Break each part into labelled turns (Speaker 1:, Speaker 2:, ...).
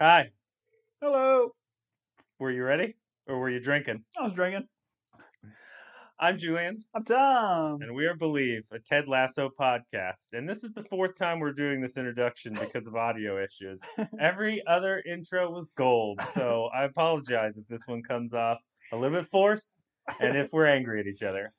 Speaker 1: Hi.
Speaker 2: Hello.
Speaker 1: Were you ready? Or were you drinking?
Speaker 2: I was drinking.
Speaker 1: I'm Julian,
Speaker 2: I'm Tom.
Speaker 1: and we are Believe, a Ted Lasso podcast. And this is the fourth time we're doing this introduction because of audio issues. Every other intro was gold, so I apologize if this one comes off a little bit forced and if we're angry at each other.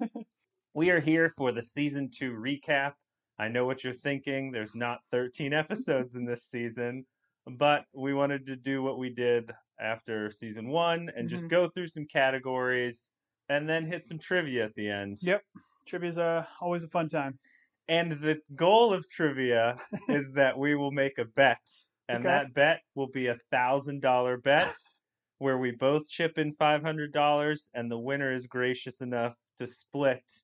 Speaker 1: We are here for the season two recap. I know what you're thinking. There's not 13 episodes in this season, but we wanted to do what we did after season one and just
Speaker 2: Mhm.
Speaker 1: go through some categories and then hit some trivia at the end.
Speaker 2: Yep. Trivia's uh, always a fun time.
Speaker 1: And the goal of trivia is that we will make a bet, and
Speaker 2: Okay.
Speaker 1: that bet will be a thousand dollar bet where we both chip in five hundred dollars, and the winner is gracious enough to split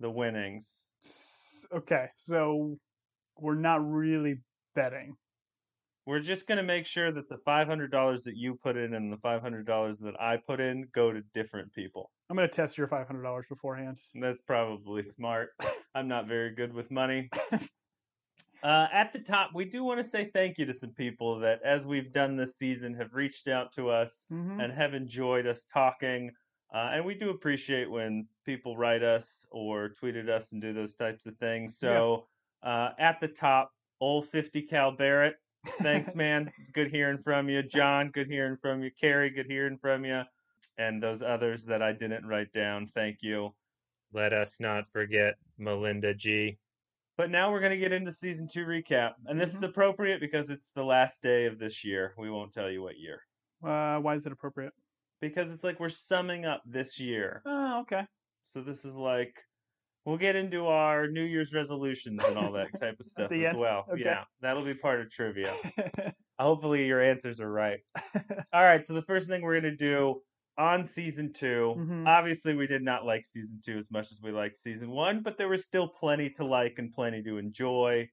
Speaker 1: the winnings.
Speaker 2: S- Okay, so we're not really betting.
Speaker 1: We're just going to make sure that the five hundred dollars that you put in and the five hundred dollars that I put in go to different people.
Speaker 2: I'm gonna test your five hundred dollars beforehand.
Speaker 1: That's probably smart. I'm not very good with money. Uh, at the top, we do want to say thank you to some people that, as we've done this season, have reached out to us
Speaker 2: Mm-hmm.
Speaker 1: and have enjoyed us talking. Uh, and we do appreciate when people write us or tweet at us and do those types of things.
Speaker 2: Yeah.
Speaker 1: So uh, at the top, old 50 Cal Barrett. Thanks, man. It's good hearing from you. John, good hearing from you. Carrie, good hearing from you. And those others that I didn't write down, thank you. Let us not forget Melinda G. But now we're going to get into season two recap. And this is
Speaker 2: Mhm.
Speaker 1: appropriate because it's the last day of this year. We won't tell you what year
Speaker 2: Uh, why is it appropriate?
Speaker 1: because it's like we're summing up this year.
Speaker 2: Oh, okay.
Speaker 1: So this is like we'll get into our New Year's resolutions and all that type of stuff
Speaker 2: the
Speaker 1: as
Speaker 2: end?
Speaker 1: well.
Speaker 2: Okay.
Speaker 1: Yeah, that'll be part of trivia. Hopefully your answers are right. all right, so the first thing we're going to do on season 2
Speaker 2: Mhm.
Speaker 1: Obviously, we did not like season two as much as we liked season one, but there was still plenty to like and plenty to enjoy.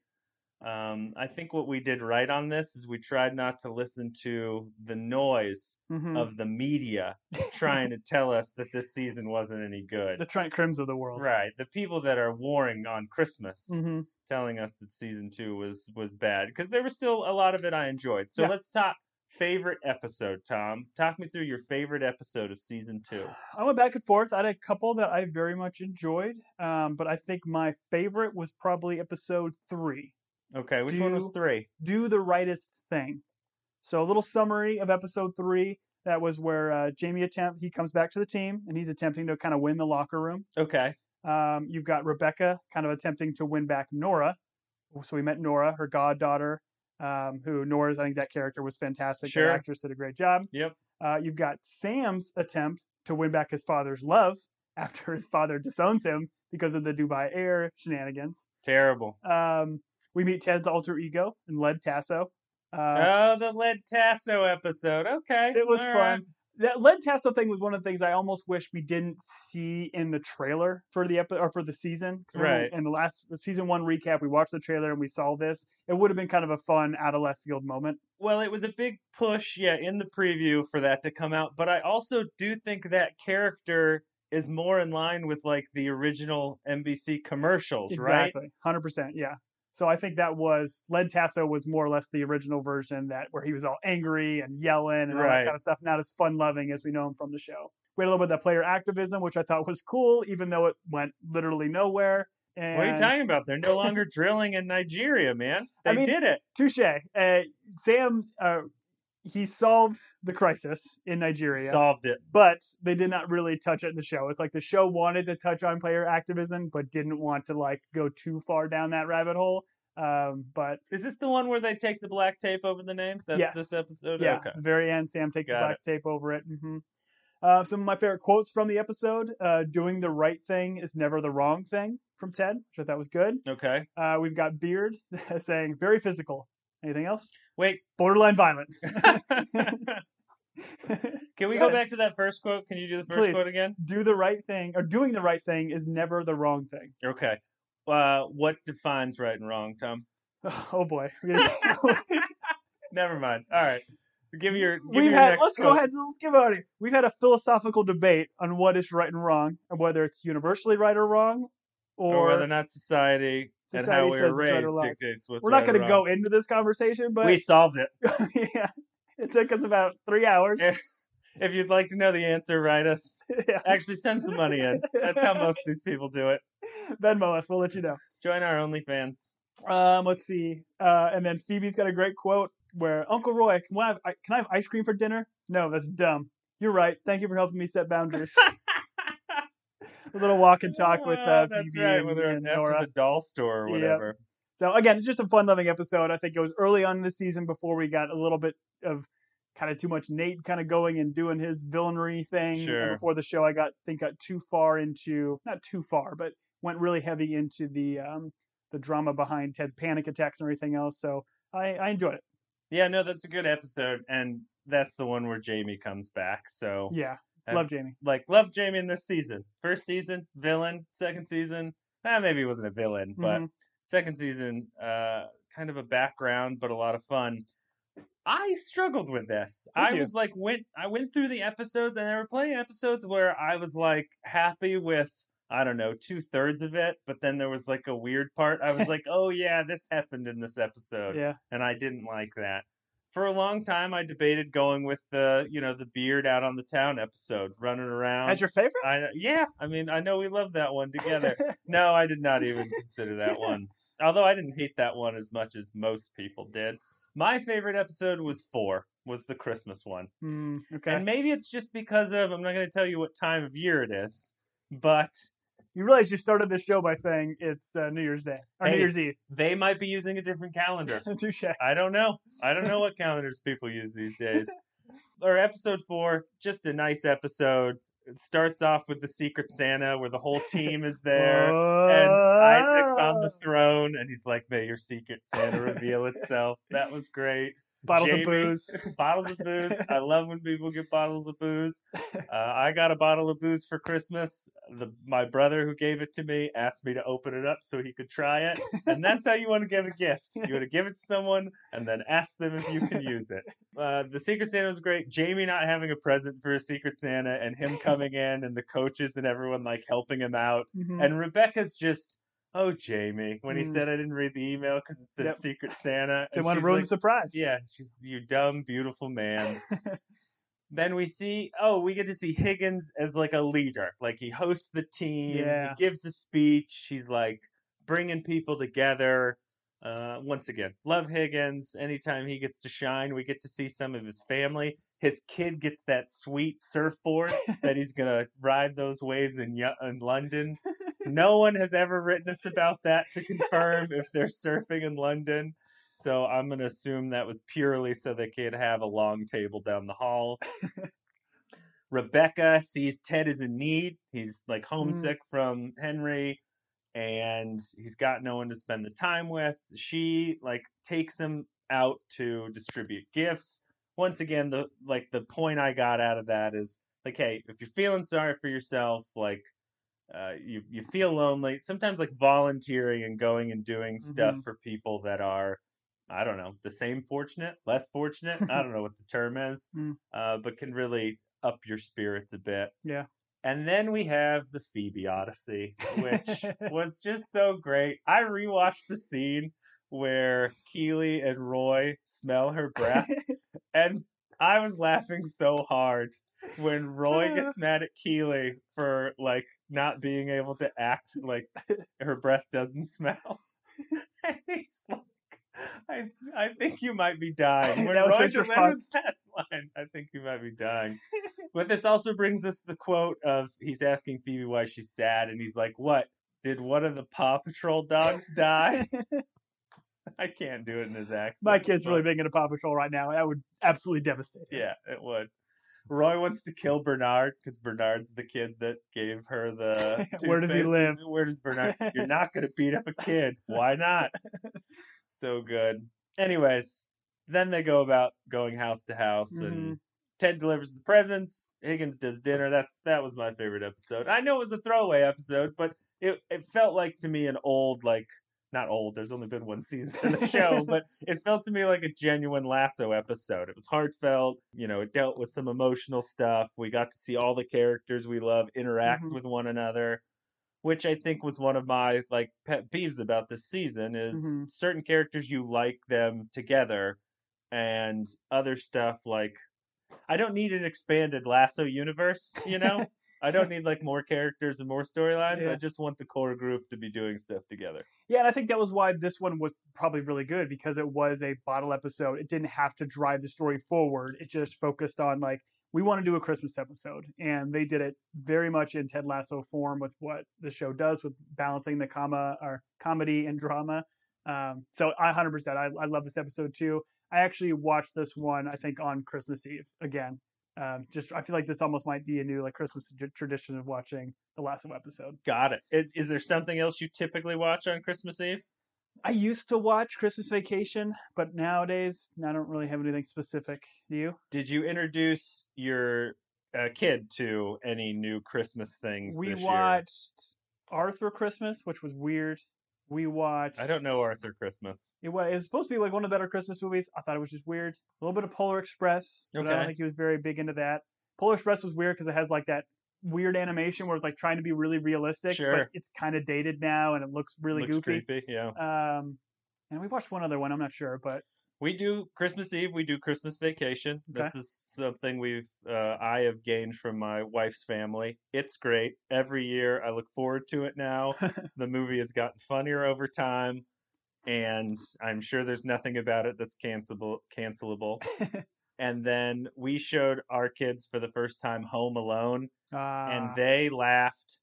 Speaker 1: Um, I think what we did right on this is we tried not to listen to the noise
Speaker 2: Mhm.
Speaker 1: of the media trying to tell us that this season wasn't any
Speaker 2: the
Speaker 1: good.
Speaker 2: Trent Crims of the world.
Speaker 1: Right. The people that are warring on Christmas
Speaker 2: Mm-hmm.
Speaker 1: telling us that season 2 was was bad because there was still a lot of it I enjoyed. So
Speaker 2: Yeah.
Speaker 1: let's talk favorite episode, Tom. Talk me through your favorite episode of season 2.
Speaker 2: I went back and forth. I had a couple that I very much enjoyed, um, but I think my favorite was probably episode three.
Speaker 1: Okay, which one was
Speaker 2: Do-
Speaker 1: 3?
Speaker 2: do the rightest thing. So a little summary of episode three. That was where uh, Jamie attempt he comes back to the team and he's attempting to kind of win the locker room.
Speaker 1: Okay.
Speaker 2: Um, you've got Rebecca kind of attempting to win back Nora. So we met Nora, her goddaughter, um, who Nora's I think that character was fantastic.
Speaker 1: Sure.
Speaker 2: That actress did a great job.
Speaker 1: Yep.
Speaker 2: Uh, you've got Sam's attempt to win back his father's love after his father disowns him because of the Dubai Air shenanigans.
Speaker 1: Terrible.
Speaker 2: Um, we meet Ted's alter ego and Led Tasso. Uh,
Speaker 1: oh, the Led Tasso episode. Okay.
Speaker 2: It was
Speaker 1: all
Speaker 2: fun.
Speaker 1: right.
Speaker 2: That Led Tasso thing was one of the things I almost wish we didn't see in the trailer for the epi- or for the season. 'Cause remember
Speaker 1: Right.
Speaker 2: In the last season one recap, we watched the trailer and we saw this. It would have been kind of a fun out of left field moment.
Speaker 1: Well, it was a big push, yeah, in the preview for that to come out. But I also do think that character is more in line with like the original NBC commercials, right?
Speaker 2: Exactly. Hundred percent. Yeah. So I think that was Led Tasso was more or less the original version that where he was all angry and yelling and all
Speaker 1: Right.
Speaker 2: that kind of stuff. Not as fun loving as we know him from the show. We had a little bit of that player activism, which I thought was cool, even though it went literally nowhere. And
Speaker 1: What are you talking about? They're no longer drilling in Nigeria, man. They
Speaker 2: I mean,
Speaker 1: did it.
Speaker 2: Touche. Uh, Sam, uh, he solved the crisis in Nigeria,
Speaker 1: Solved it.
Speaker 2: but they did not really touch it in the show. It's like the show wanted to touch on player activism, but didn't want to like go too far down that rabbit hole. Um, but
Speaker 1: Is this the one where they take the black tape over the name? That's this
Speaker 2: Yes.
Speaker 1: episode?
Speaker 2: yeah,
Speaker 1: Okay.
Speaker 2: at the very end, Sam takes
Speaker 1: Got
Speaker 2: the black tape over it. hmm Uh, some of my favorite quotes from the episode: uh, "Doing the right thing is never the wrong thing" from Ted, which I thought was good.
Speaker 1: Okay.
Speaker 2: Uh, we've got Beard saying, "Very physical." Anything else?
Speaker 1: Wait.
Speaker 2: Borderline violent.
Speaker 1: Can we
Speaker 2: Go
Speaker 1: go
Speaker 2: ahead.
Speaker 1: back to that first quote? Can you do the first quote
Speaker 2: Please.
Speaker 1: again?
Speaker 2: do the right thing or doing the right thing is never the wrong thing.
Speaker 1: Okay. Uh, what defines right and wrong, Tom?
Speaker 2: Oh boy, we're gonna get close.
Speaker 1: Never mind. All right. Give me your give me
Speaker 2: we've
Speaker 1: your
Speaker 2: had.
Speaker 1: next
Speaker 2: Let's go
Speaker 1: quote.
Speaker 2: ahead. Let's give out. here. We've had a philosophical debate on what is right and wrong, and whether it's universally right or wrong, or,
Speaker 1: Or whether or not society, and
Speaker 2: society
Speaker 1: how we are
Speaker 2: says it's right or
Speaker 1: raised
Speaker 2: wrong.
Speaker 1: dictates what's
Speaker 2: we're not
Speaker 1: right or
Speaker 2: going to
Speaker 1: wrong.
Speaker 2: go into this conversation, but
Speaker 1: we solved it.
Speaker 2: yeah, It took us about three hours.
Speaker 1: Yeah. If you'd like to know the answer, write us.
Speaker 2: yeah.
Speaker 1: Actually, send some money in. That's how most of these people do it.
Speaker 2: Venmo us. We'll let you know.
Speaker 1: Join our OnlyFans.
Speaker 2: Um, let's see. Uh, and then Phoebe's got a great quote where Uncle Roy, can I, have, I- can I have ice cream for dinner? No, that's dumb. You're right. Thank you for helping me set boundaries. a little walk and talk with
Speaker 1: Oh,
Speaker 2: uh,
Speaker 1: that's
Speaker 2: Phoebe
Speaker 1: right.
Speaker 2: and,
Speaker 1: When they're
Speaker 2: and
Speaker 1: after
Speaker 2: Nora.
Speaker 1: the doll store or
Speaker 2: Yep.
Speaker 1: whatever.
Speaker 2: So again, it's just a fun-loving episode. I think it was early on in the season before we got a little bit of kind of too much Nate kind of going and doing his villainry thing. And
Speaker 1: Sure.
Speaker 2: before the show, I got think got too far into not too far, but went really heavy into the um, the drama behind Ted's panic attacks and everything else. So I, I enjoyed it.
Speaker 1: Yeah, no, that's a good episode, and that's the one where Jamie comes back. So,
Speaker 2: Yeah,
Speaker 1: Uh,
Speaker 2: love Jamie.
Speaker 1: like, love Jamie in this season. First season, villain. Second season, eh, maybe he wasn't a villain, but
Speaker 2: Mhm.
Speaker 1: second season, uh, kind of a background, but a lot of fun. I struggled with this.
Speaker 2: Did
Speaker 1: I
Speaker 2: you?
Speaker 1: was like, went I went through the episodes, and there were plenty of episodes where I was like happy with. I don't know, two thirds of it, but then there was like a weird part. I was like, oh yeah, this happened in this episode
Speaker 2: yeah,
Speaker 1: and I didn't like that. For a long time, I debated going with the you know the beard out on the town episode, running around.
Speaker 2: as your favorite.
Speaker 1: I yeah, I mean I know we love that one together. no, I did not even consider that one. Although I didn't hate that one as much as most people did. My favorite episode was four, was the Christmas one,
Speaker 2: Mm, okay,
Speaker 1: and maybe it's just because of I'm not going to tell you what time of year it is, but
Speaker 2: you realize you started this show by saying it's uh, New Year's Day or
Speaker 1: Hey.
Speaker 2: New Year's Eve.
Speaker 1: they might be using a different calendar.
Speaker 2: Touche.
Speaker 1: I don't know. I don't know what calendars people use these days. Or episode four, just a nice episode. It starts off with the Secret Santa where the whole team is there. And Isaac's on the
Speaker 2: Whoa.
Speaker 1: throne, and he's like, "May your secret Santa reveal itself." That was great.
Speaker 2: bottles
Speaker 1: Jamie.
Speaker 2: of booze.
Speaker 1: bottles of booze. I love when people get bottles of booze. Uh, I got a bottle of booze for Christmas. The, my brother who gave it to me asked me to open it up so he could try it, and that's how you want to get a gift. You want to give it to someone and then ask them if you can use it. Uh, the Secret Santa was great. Jamie not having a present for a Secret Santa, and him coming in, and the coaches and everyone like helping him out.
Speaker 2: Mhm.
Speaker 1: And Rebecca's just, oh, Jamie, when he
Speaker 2: Mm.
Speaker 1: said I didn't read the email because it said
Speaker 2: Yep.
Speaker 1: Secret Santa.
Speaker 2: They
Speaker 1: and
Speaker 2: want to
Speaker 1: she's
Speaker 2: ruin
Speaker 1: like,
Speaker 2: the surprise.
Speaker 1: yeah, she's you dumb, beautiful man. then we see, oh, we get to see Higgins as like a leader. Like he hosts the team,
Speaker 2: Yeah.
Speaker 1: he gives a speech. He's like bringing people together. Uh, once again, love Higgins. Anytime he gets to shine, we get to see some of his family. His kid gets that sweet surfboard that he's gonna ride those waves in Yo- in London. No one has ever written us about that to confirm if they're surfing in London. So I'm going to assume that was purely so they could have a long table down the hall. Rebecca sees Ted is in need. He's like homesick from Henry and he's got no one to spend the time with. She like takes him out to distribute gifts. Once again, the like the point I got out of that is like, hey, if you're feeling sorry for yourself, like uh, you you feel lonely. Sometimes like volunteering and going and doing stuff
Speaker 2: Mhm.
Speaker 1: for people that are, I don't know, the same fortunate, less fortunate. I don't know what the term is,
Speaker 2: Mm.
Speaker 1: uh, but can really up your spirits a bit.
Speaker 2: Yeah.
Speaker 1: And then we have the Phoebe Odyssey, which was just so great. I rewatched the scene where Keely and Roy smell her breath, and I was laughing so hard when Roy gets mad at Keely for like not being able to act like her breath doesn't smell. and he's like, I, I think you might be dying. When
Speaker 2: That was
Speaker 1: Roy
Speaker 2: his
Speaker 1: delivers
Speaker 2: response.
Speaker 1: that line, I think you might be dying. But this also brings us the quote of he's asking Phoebe why she's sad, and he's like, "What did one of the Paw Patrol dogs die?" I can't do it in his accent.
Speaker 2: My kid's
Speaker 1: but-
Speaker 2: really big into Paw Patrol right now. That would absolutely devastate. him.
Speaker 1: Yeah, it would. Roy wants to kill Bernard because Bernard's the kid that gave her the.
Speaker 2: Where does he
Speaker 1: toothpaste.
Speaker 2: live?
Speaker 1: Where does Bernard? You're not going to beat up a kid. Why not? so good. Anyways, then they go about going house to house
Speaker 2: Mm-hmm.
Speaker 1: and Ted delivers the presents. Higgins does dinner. That's that was my favorite episode. I know it was a throwaway episode, but it it felt like to me an old like not old. There's only been one season of the show, but it felt to me like a genuine Lasso episode. It was heartfelt. You know, it dealt with some emotional stuff. We got to see all the characters we love interact
Speaker 2: Mhm.
Speaker 1: with one another, which I think was one of my like pet peeves about this season is
Speaker 2: Mhm.
Speaker 1: certain characters you like them together and other stuff like I don't need an expanded Lasso universe, you know? I don't need like more characters and more storylines.
Speaker 2: Yeah.
Speaker 1: I just want the core group to be doing stuff together.
Speaker 2: Yeah, and I think that was why this one was probably really good because it was a bottle episode. It didn't have to drive the story forward. It just focused on like we want to do a Christmas episode, and they did it very much in Ted Lasso form with what the show does with balancing the comma or comedy and drama. Um, so I 100%. I, I love this episode too. I actually watched this one I think on Christmas Eve again. Um, just I feel like this almost might be a new like Christmas tr- tradition of watching the Lasso episode.
Speaker 1: Got it. it. Is there something else you typically watch on Christmas Eve?
Speaker 2: I used to watch Christmas Vacation, but nowadays I don't really have anything specific. Do you?
Speaker 1: Did you introduce your uh, kid to any new Christmas things?
Speaker 2: we
Speaker 1: this year?
Speaker 2: watched Arthur Christmas, which was weird. We watched.
Speaker 1: I don't know Arthur Christmas.
Speaker 2: It was, it was supposed to be like one of the better Christmas movies. I thought it was just weird. A little bit of Polar Express, but I don't
Speaker 1: Okay.
Speaker 2: think he was very big into that. Polar Express was weird because it has like that weird animation where it's like trying to be really realistic, but
Speaker 1: Sure.
Speaker 2: it's kind of dated now and it looks really
Speaker 1: Looks
Speaker 2: goofy.
Speaker 1: creepy. Yeah.
Speaker 2: Um, and we watched one other one. I'm not sure, but
Speaker 1: We do Christmas Eve. We do Christmas vacation. This is something we've uh, I have gained from my wife's family. It's great every year. I look forward to it now. the movie has gotten funnier over time, and I'm sure there's nothing about it that's cancelable. Cancelable. and then we showed our kids for the first time Home Alone,
Speaker 2: uh,
Speaker 1: and they laughed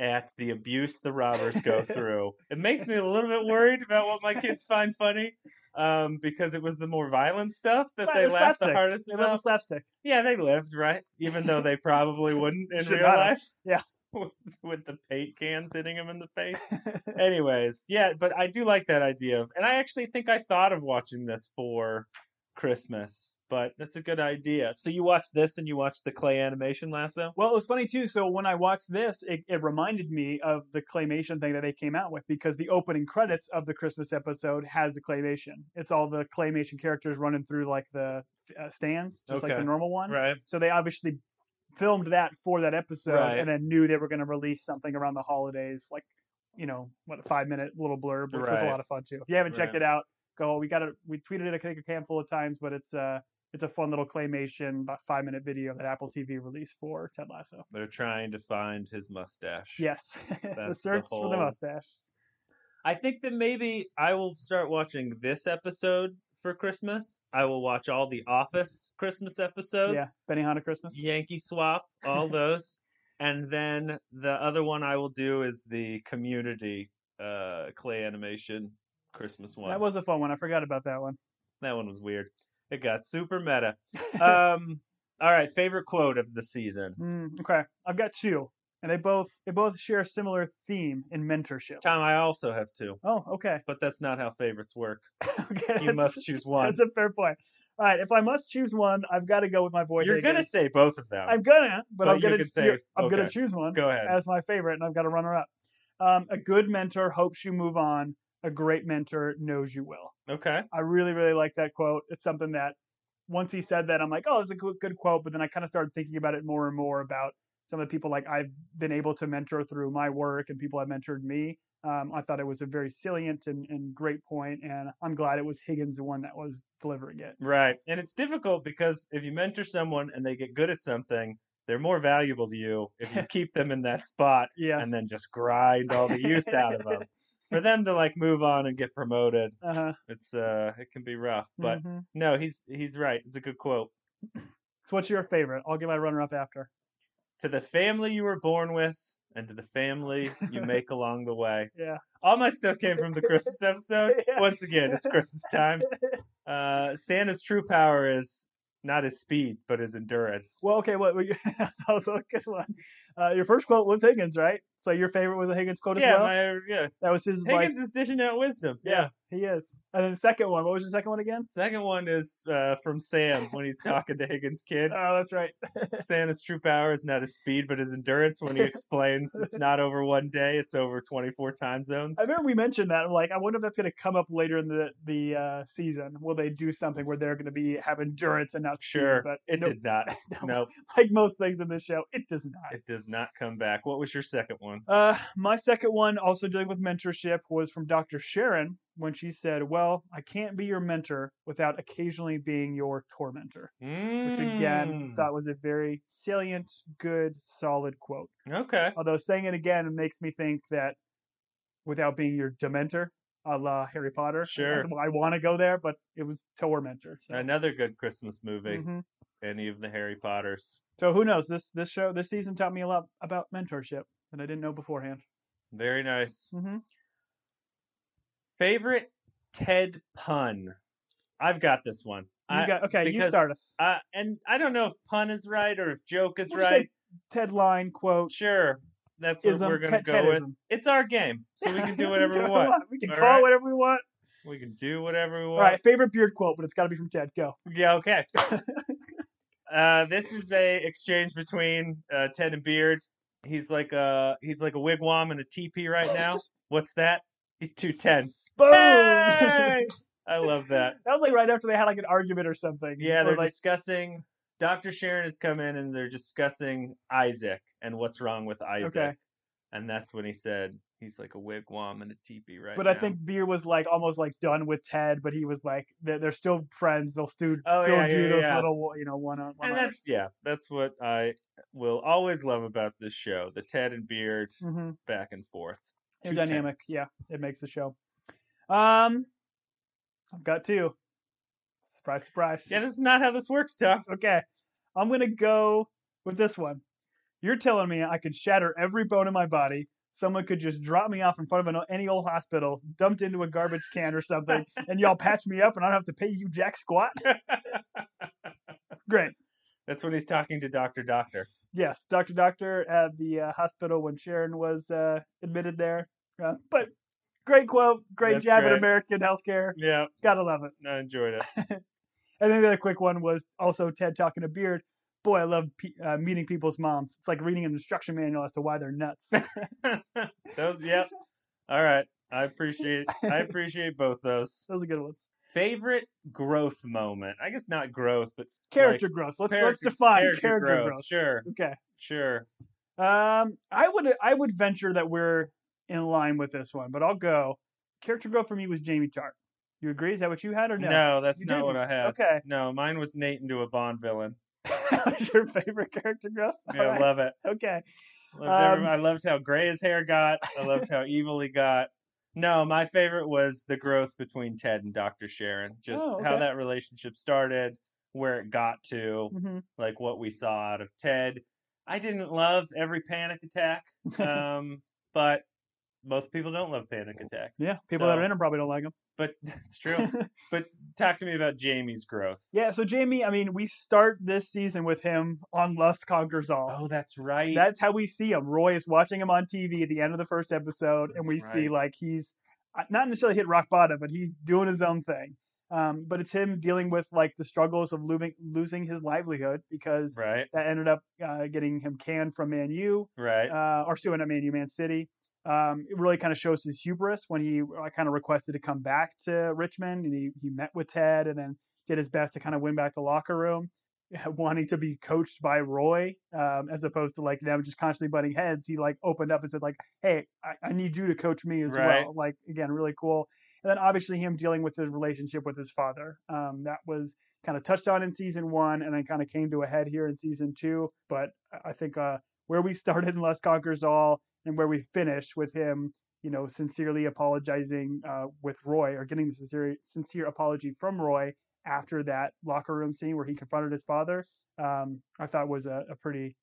Speaker 1: at the abuse the robbers go through. it makes me a little bit worried about what my kids find funny, um, because it was the more violent stuff that
Speaker 2: Sla-
Speaker 1: they
Speaker 2: it's
Speaker 1: laughed the
Speaker 2: slapstick.
Speaker 1: hardest.
Speaker 2: they
Speaker 1: Well,
Speaker 2: love the slapstick.
Speaker 1: yeah, they lived right, even though they probably wouldn't in
Speaker 2: Should
Speaker 1: real
Speaker 2: not have.
Speaker 1: life.
Speaker 2: Yeah.
Speaker 1: with, with the paint cans hitting them in the face. Anyways, yeah, but I do like that idea of, and I actually think I thought of watching this for Christmas. But that's a good idea. So you watched this and you watched the clay animation lasso.
Speaker 2: Well, it was funny too. So when I watched this, it, it reminded me of the claymation thing that they came out with because the opening credits of the Christmas episode has a claymation. It's all the claymation characters running through like the uh, stands, just like the
Speaker 1: Okay.
Speaker 2: normal one.
Speaker 1: Right.
Speaker 2: So they obviously filmed that for that episode
Speaker 1: Right.
Speaker 2: and then knew they were going to release something around the holidays, like you know, what a five minute little blurb, which was a
Speaker 1: Right.
Speaker 2: lot of fun too. If you haven't checked
Speaker 1: Right.
Speaker 2: it out, go. We got it. We tweeted it I think a handful of times, but it's uh it's a fun little claymation, about five minute video that Apple TV released for Ted Lasso.
Speaker 1: They're trying to find his mustache.
Speaker 2: Yes, the
Speaker 1: That's the
Speaker 2: search for the
Speaker 1: whole-
Speaker 2: mustache.
Speaker 1: I think that maybe I will start watching this episode for Christmas. I will watch all the Office Christmas episodes,
Speaker 2: Yeah, Benihana Christmas.
Speaker 1: Yankee Swap, all those. and then the other one I will do is the Community uh, clay animation Christmas one.
Speaker 2: That was a fun one. I forgot about that one.
Speaker 1: that one was weird. It got super meta. um, all right, favorite quote of the season.
Speaker 2: Mm, okay, I've got two, and they both they both share a similar theme in mentorship.
Speaker 1: Tom, I also have two,
Speaker 2: Oh, okay.
Speaker 1: but that's not how favorites work.
Speaker 2: okay,
Speaker 1: You
Speaker 2: that's-
Speaker 1: must choose one.
Speaker 2: That's a fair point. All right, if I must choose one, I've got to go with my boy.
Speaker 1: You're
Speaker 2: David.
Speaker 1: gonna say both of them.
Speaker 2: I'm gonna, but,
Speaker 1: But
Speaker 2: I'm
Speaker 1: you
Speaker 2: gonna.
Speaker 1: can say-
Speaker 2: you're- I'm gonna
Speaker 1: okay.
Speaker 2: choose one
Speaker 1: Go ahead.
Speaker 2: as my favorite, and I've got a runner-up. Um, a good mentor hopes you move on. A great mentor knows you will.
Speaker 1: Okay.
Speaker 2: I really, really like that quote. It's something that once he said that, I'm like, oh, it's a good, good quote. But then I kind of started thinking about it more and more about some of the people like I've been able to mentor through my work and people have mentored me. Um, I thought it was a very salient and, and great point, and I'm glad it was Higgins the one that was delivering it.
Speaker 1: Right. And it's difficult because if you mentor someone and they get good at something, they're more valuable to you if you keep them in that spot
Speaker 2: Yeah.
Speaker 1: and then just grind all the use out of them. For them to like move on and get promoted,
Speaker 2: Uh-huh.
Speaker 1: it's uh it can be rough. But
Speaker 2: mhm.
Speaker 1: no, he's he's right. It's a good quote.
Speaker 2: so, what's your favorite? I'll give my runner-up after.
Speaker 1: To the family you were born with and to the family you make along the way.
Speaker 2: Yeah.
Speaker 1: All my stuff came from the Christmas episode.
Speaker 2: Yeah.
Speaker 1: Once again, it's Christmas time. Uh Santa's true power is not his speed, but his endurance.
Speaker 2: Well, okay, what? Well, that's also a good one. Uh, your first quote was Higgins, right? So your favorite was a Higgins quote as
Speaker 1: yeah,
Speaker 2: well.
Speaker 1: my, yeah.
Speaker 2: that was his like
Speaker 1: Higgins is dishing out wisdom. Yeah.
Speaker 2: Yeah. He is. And then the second one, what was the second one again?
Speaker 1: Second one is uh, from Sam when he's talking to Higgins' kid.
Speaker 2: Oh, that's right.
Speaker 1: Santa's true power is not his speed, but his endurance. When he explains it's not over one day, it's over twenty-four time zones.
Speaker 2: I remember we mentioned that. I'm like, I wonder if that's going to come up later in the the uh, season. Will they do something where they're going to be have endurance and not speed?
Speaker 1: Sure,
Speaker 2: But
Speaker 1: it
Speaker 2: no,
Speaker 1: did not.
Speaker 2: no,
Speaker 1: No,
Speaker 2: like most things in this show, it does not.
Speaker 1: it does does not come back. What was your second one?
Speaker 2: Uh, my second one, also dealing with mentorship, was from Dr. Sharon when she said, Well, I can't be your mentor without occasionally being your tormentor, which again,
Speaker 1: Mm.
Speaker 2: thought was a very salient, good, solid quote.
Speaker 1: okay.
Speaker 2: Although saying it again makes me think that without being your dementor, a la Harry Potter,
Speaker 1: Sure.
Speaker 2: I want to go there, but it was tormentor. So.
Speaker 1: Another good Christmas movie.
Speaker 2: Mhm.
Speaker 1: Any of the Harry Potters.
Speaker 2: So who knows? This this show, this season taught me a lot about mentorship that I didn't know beforehand.
Speaker 1: Very nice.
Speaker 2: hmm
Speaker 1: Favorite Ted pun. I've got this one.
Speaker 2: You
Speaker 1: I,
Speaker 2: got okay. You
Speaker 1: because
Speaker 2: start us.
Speaker 1: uh, and I don't know if pun is right or if joke is
Speaker 2: We'll just say
Speaker 1: right.
Speaker 2: Ted line quote
Speaker 1: Sure. That's what
Speaker 2: ism
Speaker 1: we're going to
Speaker 2: Ted-
Speaker 1: go with.
Speaker 2: Tedism.
Speaker 1: It's our game, so we can do
Speaker 2: can
Speaker 1: whatever we want.
Speaker 2: We can
Speaker 1: All
Speaker 2: call
Speaker 1: right.
Speaker 2: it whatever we want.
Speaker 1: We can do whatever we want.
Speaker 2: All right, favorite beard quote, but it's got to be from Ted. Go.
Speaker 1: Yeah, okay. uh, this is a exchange between uh, Ted and Beard. He's like a he's like a wigwam and a teepee right now. What's that? He's too tense.
Speaker 2: Boom!
Speaker 1: Hey! I love that.
Speaker 2: That was like right after they had like an argument or something.
Speaker 1: Yeah,
Speaker 2: Or,
Speaker 1: they're
Speaker 2: like
Speaker 1: discussing. Doctor Sharon has come in and they're discussing Isaac and what's wrong with Isaac.
Speaker 2: Okay.
Speaker 1: And that's when he said he's like a wigwam and a teepee right
Speaker 2: But
Speaker 1: now.
Speaker 2: I think Beer was like almost like done with Ted, but he was like they're, they're still friends. They'll still
Speaker 1: Oh,
Speaker 2: still
Speaker 1: yeah,
Speaker 2: do
Speaker 1: yeah,
Speaker 2: those
Speaker 1: yeah.
Speaker 2: little you know one on one.
Speaker 1: and that's yeah, that's what I will always love about this show: the Ted and Beard
Speaker 2: mm-hmm.
Speaker 1: back and forth. Two
Speaker 2: dynamic.
Speaker 1: tenths.
Speaker 2: Yeah, it makes the show. Um, I've got two. Surprise, surprise.
Speaker 1: Yeah, this is not how this works, Tom.
Speaker 2: okay. I'm gonna go with this one. You're telling me I could shatter every bone in my body. Someone could just drop me off in front of an, any old hospital, dumped into a garbage can or something, and y'all patch me up, and I don't have to pay you jack squat. Great.
Speaker 1: That's when he's talking to Doctor Doctor.
Speaker 2: Yes, Doctor Doctor at the uh, hospital when Sharon was uh, admitted there. Uh, but great quote, great
Speaker 1: That's
Speaker 2: jab at
Speaker 1: great.
Speaker 2: American healthcare.
Speaker 1: Yeah,
Speaker 2: Gotta love it.
Speaker 1: I enjoyed it.
Speaker 2: And then the other quick one was also Ted talking to Beard. Boy, I love pe- uh, meeting people's moms. It's like reading an instruction manual as to why they're nuts.
Speaker 1: those, yep. All right, I appreciate. I appreciate both those.
Speaker 2: Those are good ones.
Speaker 1: Favorite growth moment? I guess not growth, but
Speaker 2: Character growth. Let's let's
Speaker 1: character-
Speaker 2: define character, growth.
Speaker 1: Sure,
Speaker 2: Okay.
Speaker 1: sure.
Speaker 2: Um, I would I would venture that we're in line with this one, but I'll go. Character growth for me was Jamie Tart. You agree? Is that what you had or
Speaker 1: No,
Speaker 2: no?
Speaker 1: that's
Speaker 2: You
Speaker 1: not what I had.
Speaker 2: Okay.
Speaker 1: No, mine was Nate into a Bond villain.
Speaker 2: That was your favorite character growth?
Speaker 1: Yeah,
Speaker 2: Alright,
Speaker 1: love it.
Speaker 2: Okay.
Speaker 1: Loved every-
Speaker 2: Um,
Speaker 1: I loved how gray his hair got. I loved how evil he got. No, my favorite was the growth between Ted and Dr. Sharon. Just
Speaker 2: Oh,
Speaker 1: how
Speaker 2: okay.
Speaker 1: that relationship started, where it got to,
Speaker 2: hmm
Speaker 1: like what we saw out of Ted. I didn't love every panic attack, um, but most people don't love panic attacks.
Speaker 2: Yeah. People that
Speaker 1: So-
Speaker 2: are in them probably don't like him.
Speaker 1: But that's true. but talk to me about Jamie's growth.
Speaker 2: Yeah, so Jamie, I mean, we start this season with him on Lust Conquers All.
Speaker 1: Oh, that's right.
Speaker 2: That's how we see him. Roy is watching him on TV at the end of the first episode, and
Speaker 1: That's
Speaker 2: we see
Speaker 1: right.
Speaker 2: like he's uh, not necessarily hit rock bottom, but he's doing his own thing. Um, but it's him dealing with like the struggles of losing losing his livelihood because
Speaker 1: right,
Speaker 2: that ended up uh, getting him canned from Man U,
Speaker 1: right.
Speaker 2: uh, or sorry, not Man U, Man City. Um, it really kind of shows his hubris when he uh, kind of requested to come back to Richmond, and he he met with Ted, and then did his best to kind of win back the locker room, wanting to be coached by Roy um, as opposed to like them just constantly butting heads. He like opened up and said like, "Hey, I, I need you to coach me as
Speaker 1: Right.
Speaker 2: well." Like again, really cool. And then obviously him dealing with his relationship with his father. Um, that was kind of touched on in season one, and then kind of came to a head here in season two. But I- I think uh, where we started in Less Conquers All and where we finish with him, you know, sincerely apologizing uh, with Roy or getting the sincere, sincere apology from Roy after that locker room scene where he confronted his father, um, I thought was a, a pretty,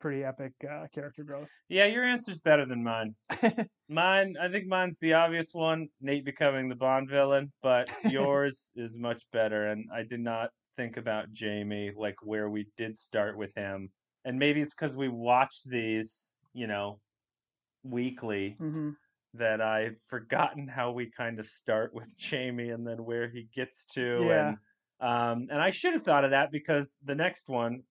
Speaker 2: pretty epic uh, character growth.
Speaker 1: Yeah, your answer's better than mine. mine, I think mine's the obvious one, Nate becoming the Bond villain, but yours is much better and I did not think about Jamie like where we did start with him. And maybe it's cuz we watched these, you know, weekly
Speaker 2: hmm
Speaker 1: that I've forgotten how we kind of start with Jamie and then where he gets to
Speaker 2: Yeah.
Speaker 1: and um and I should have thought of that because the next one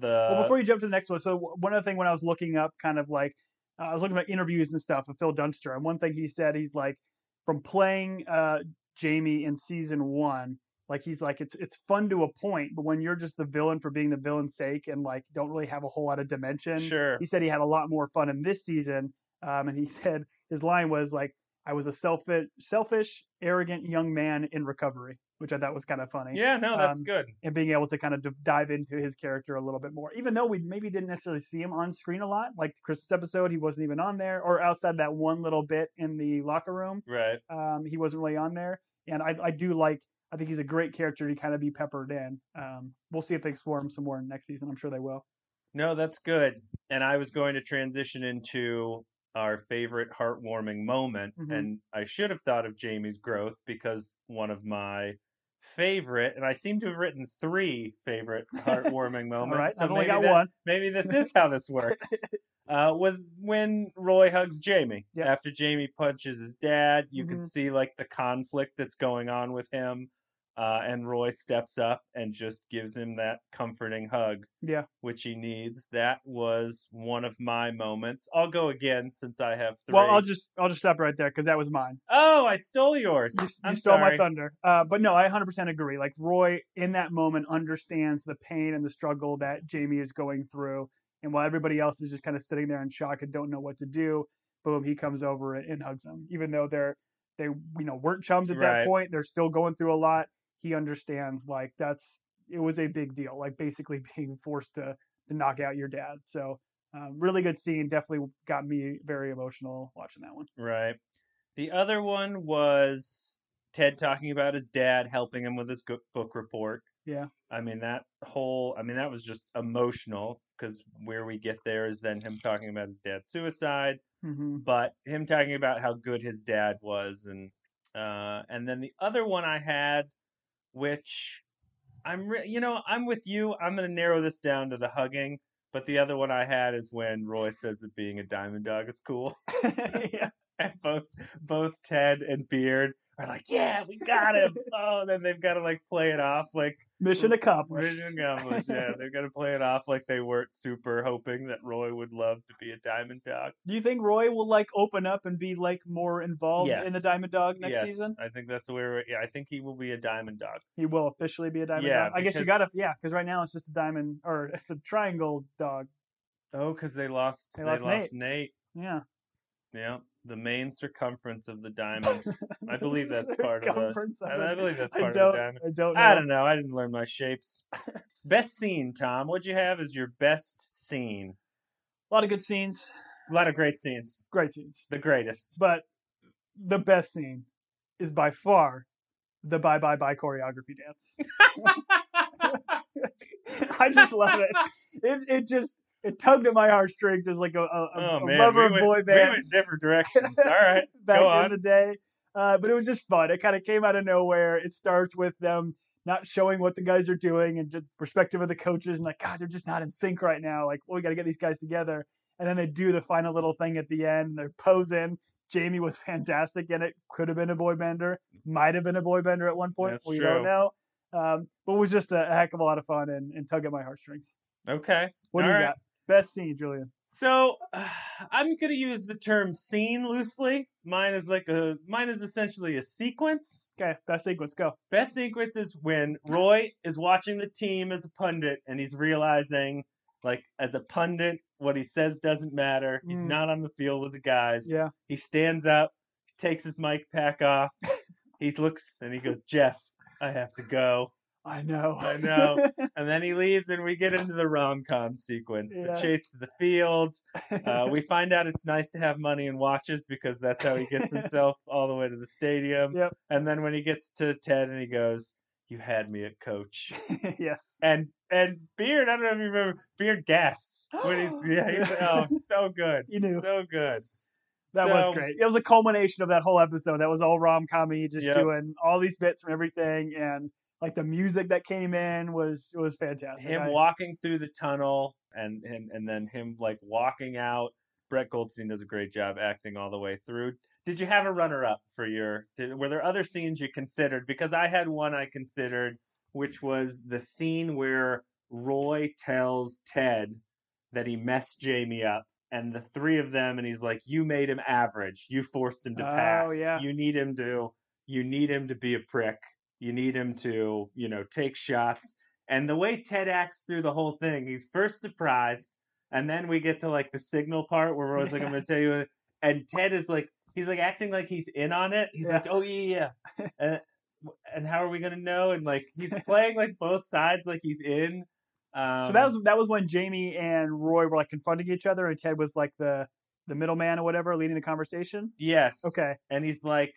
Speaker 1: the
Speaker 2: well, before you jump to the next one, so w- one other thing when I was looking up, kind of like uh, I was looking at interviews and stuff with Phil Dunster, and one thing he said, he's like, from playing uh, Jamie in season one, Like he's like it's it's fun to a point, but when you're just the villain for being the villain's sake and like don't really have a whole lot of dimension.
Speaker 1: sure.
Speaker 2: He said he had a lot more fun in this season, um, and he said his line was like, "I was a selfish, selfish, arrogant young man in recovery," which I thought was kind of funny.
Speaker 1: Yeah, no, that's
Speaker 2: um,
Speaker 1: good.
Speaker 2: and being able to kind of d- dive into his character a little bit more. Even though we maybe didn't necessarily see him on screen a lot, like the Christmas episode, he wasn't even on there, or outside that one little bit in the locker room,
Speaker 1: Right.
Speaker 2: um, he wasn't really on there. And I, I do like, I think he's a great character to kind of be peppered in. Um, we'll see if they explore him some more next season. I'm sure they will.
Speaker 1: No, that's good. And I was going to transition into our favorite heartwarming moment.
Speaker 2: Mhm.
Speaker 1: And I should have thought of Jamie's growth because one of my favorite, and I seem to have written three favorite heartwarming moments.
Speaker 2: All right,
Speaker 1: so
Speaker 2: I've only
Speaker 1: maybe
Speaker 2: got
Speaker 1: that-
Speaker 2: one.
Speaker 1: maybe this is how this works. Uh, was when Roy hugs Jamie.
Speaker 2: Yeah.
Speaker 1: After Jamie punches his dad, you can
Speaker 2: Mhm.
Speaker 1: see like the conflict that's going on with him. Uh, and Roy steps up and just gives him that comforting hug,
Speaker 2: Yeah.
Speaker 1: which he needs. That was one of my moments. I'll go again since I have three.
Speaker 2: Well, I'll just I'll just stop right there because that was mine.
Speaker 1: oh, I stole yours.
Speaker 2: You, s- you
Speaker 1: I'm
Speaker 2: stole
Speaker 1: sorry.
Speaker 2: my thunder. Uh, but no, I 100% agree. Like Roy, in that moment, understands the pain and the struggle that Jamie is going through, and while everybody else is just kind of sitting there in shock and don't know what to do, boom, he comes over and, and hugs him. Even though they're they you know weren't chums at
Speaker 1: Right.
Speaker 2: that point, they're still going through a lot. He understands like that's it was a big deal. Like basically being forced to to knock out your dad. So. Um, really good scene. Definitely got me very emotional watching that one.
Speaker 1: Right. The other one was Ted talking about his dad helping him with his go- book report.
Speaker 2: Yeah.
Speaker 1: I mean that whole I mean that was just emotional cuz where we get there is then him talking about his dad's suicide,
Speaker 2: hmm
Speaker 1: but him talking about how good his dad was and uh and then the other one I had which I'm re- you know, I'm with you. I'm going to narrow this down to the hugging, but the other one I had is when Roy says that being a diamond dog is cool
Speaker 2: yeah.
Speaker 1: and both both Ted and Beard are like, "Yeah, we got him!" oh, then they've got to like play it off like
Speaker 2: Mission accomplished.
Speaker 1: mission accomplished. Yeah, they've got to play it off like they weren't super hoping that Roy would love to be a Diamond Dog
Speaker 2: Do you think Roy will like open up and be like more involved in the
Speaker 1: Yes.
Speaker 2: Diamond Dog next
Speaker 1: Yes,
Speaker 2: season?
Speaker 1: I think that's where. we're- Yeah, I think he will be a Diamond Dog.
Speaker 2: He will officially be a Diamond
Speaker 1: Yeah,
Speaker 2: Dog. I guess you
Speaker 1: because-
Speaker 2: gotta yeah, because right now it's just a diamond or it's a triangle dog.
Speaker 1: Oh, because they lost.
Speaker 2: They lost
Speaker 1: Nate.
Speaker 2: Yeah.
Speaker 1: Yeah, the main circumference of the diamond. I believe that's part of the.
Speaker 2: Circumference
Speaker 1: I I
Speaker 2: it.
Speaker 1: believe that's
Speaker 2: I
Speaker 1: part of
Speaker 2: don't-
Speaker 1: the diamond. I
Speaker 2: I don't know.
Speaker 1: don't know. I didn't learn my shapes. best scene, Tom. What'd you have as your best scene?
Speaker 2: A lot of good scenes.
Speaker 1: A lot of great scenes.
Speaker 2: Great scenes.
Speaker 1: The greatest.
Speaker 2: But the best scene is by far the bye bye bye choreography dance. I just love it. It it just it tugged at my heartstrings as like a, a, a-
Speaker 1: Oh
Speaker 2: a
Speaker 1: man,
Speaker 2: lover
Speaker 1: we
Speaker 2: of
Speaker 1: went,
Speaker 2: boy
Speaker 1: we
Speaker 2: bands.
Speaker 1: went different directions. All right,
Speaker 2: back
Speaker 1: Go
Speaker 2: in
Speaker 1: on.
Speaker 2: the day. Uh, but it was just fun. It kind of came out of nowhere. It starts with them not showing what the guys are doing and just perspective of the coaches and like, God, they're just not in sync right now. Like, well, we got to get these guys together. And then they do the final little thing at the end. They're posing. Jamie was fantastic in it. Could have been a boy bender. Might have been a boy bender at one point.
Speaker 1: That's
Speaker 2: we
Speaker 1: true.
Speaker 2: don't know. Um, but it was just a, heck of a lot of fun and, and tug at my heartstrings.
Speaker 1: okay.
Speaker 2: What do
Speaker 1: All
Speaker 2: you
Speaker 1: right.
Speaker 2: got? Best scene, Julian.
Speaker 1: So I'm gonna use the term scene loosely. Mine is like a mine is essentially a sequence.
Speaker 2: Okay, best sequence. Go.
Speaker 1: Best sequence is when Roy is watching the team as a pundit and he's realizing, like, as a pundit, what he says doesn't matter. He's
Speaker 2: Mm.
Speaker 1: not on the field with the guys.
Speaker 2: Yeah.
Speaker 1: He stands up, takes his mic pack off. He looks and he goes, Jeff, I have to go.
Speaker 2: I know.
Speaker 1: I know. And then he leaves, and we get into the rom com sequence
Speaker 2: Yeah.
Speaker 1: the chase to the field. Uh, we find out it's nice to have money and watches because that's how he gets himself all the way to the stadium.
Speaker 2: Yep.
Speaker 1: And then when he gets to Ted and he goes, You had me at coach.
Speaker 2: yes.
Speaker 1: And and Beard, I don't know if you remember, Beard gasps when he's, yeah, he's oh, so good.
Speaker 2: You knew.
Speaker 1: So good.
Speaker 2: That was
Speaker 1: So-
Speaker 2: great. It was a culmination of that whole episode. That was all rom commy, just
Speaker 1: Yep.
Speaker 2: doing all these bits from everything, and like the music that came in was was fantastic.
Speaker 1: him
Speaker 2: I-
Speaker 1: walking through the tunnel and him and then him like walking out. Brett Goldstein does a great job acting all the way through. Did you have a runner up for your? Did, were there other scenes you considered? Because I had one I considered, which was the scene where Roy tells Ted that he messed Jamie up, and the three of them, and he's like, "You made him average. You forced him to
Speaker 2: Oh,
Speaker 1: pass.
Speaker 2: yeah.
Speaker 1: You need him to. You need him to be a prick." You need him to, you know, take shots. And the way Ted acts through the whole thing, he's first surprised, and then we get to like the signal part where Roy's like, "I'm going to tell you," and Ted is like, he's like acting like he's in on it. He's
Speaker 2: Yeah.
Speaker 1: like, "Oh yeah, yeah," and, and how are we going to know? And like he's playing like both sides, like he's in. Um,
Speaker 2: so that was that was when Jamie and Roy were like confronting each other, and Ted was like the the middleman or whatever, leading the conversation.
Speaker 1: yes.
Speaker 2: Okay,
Speaker 1: And he's like,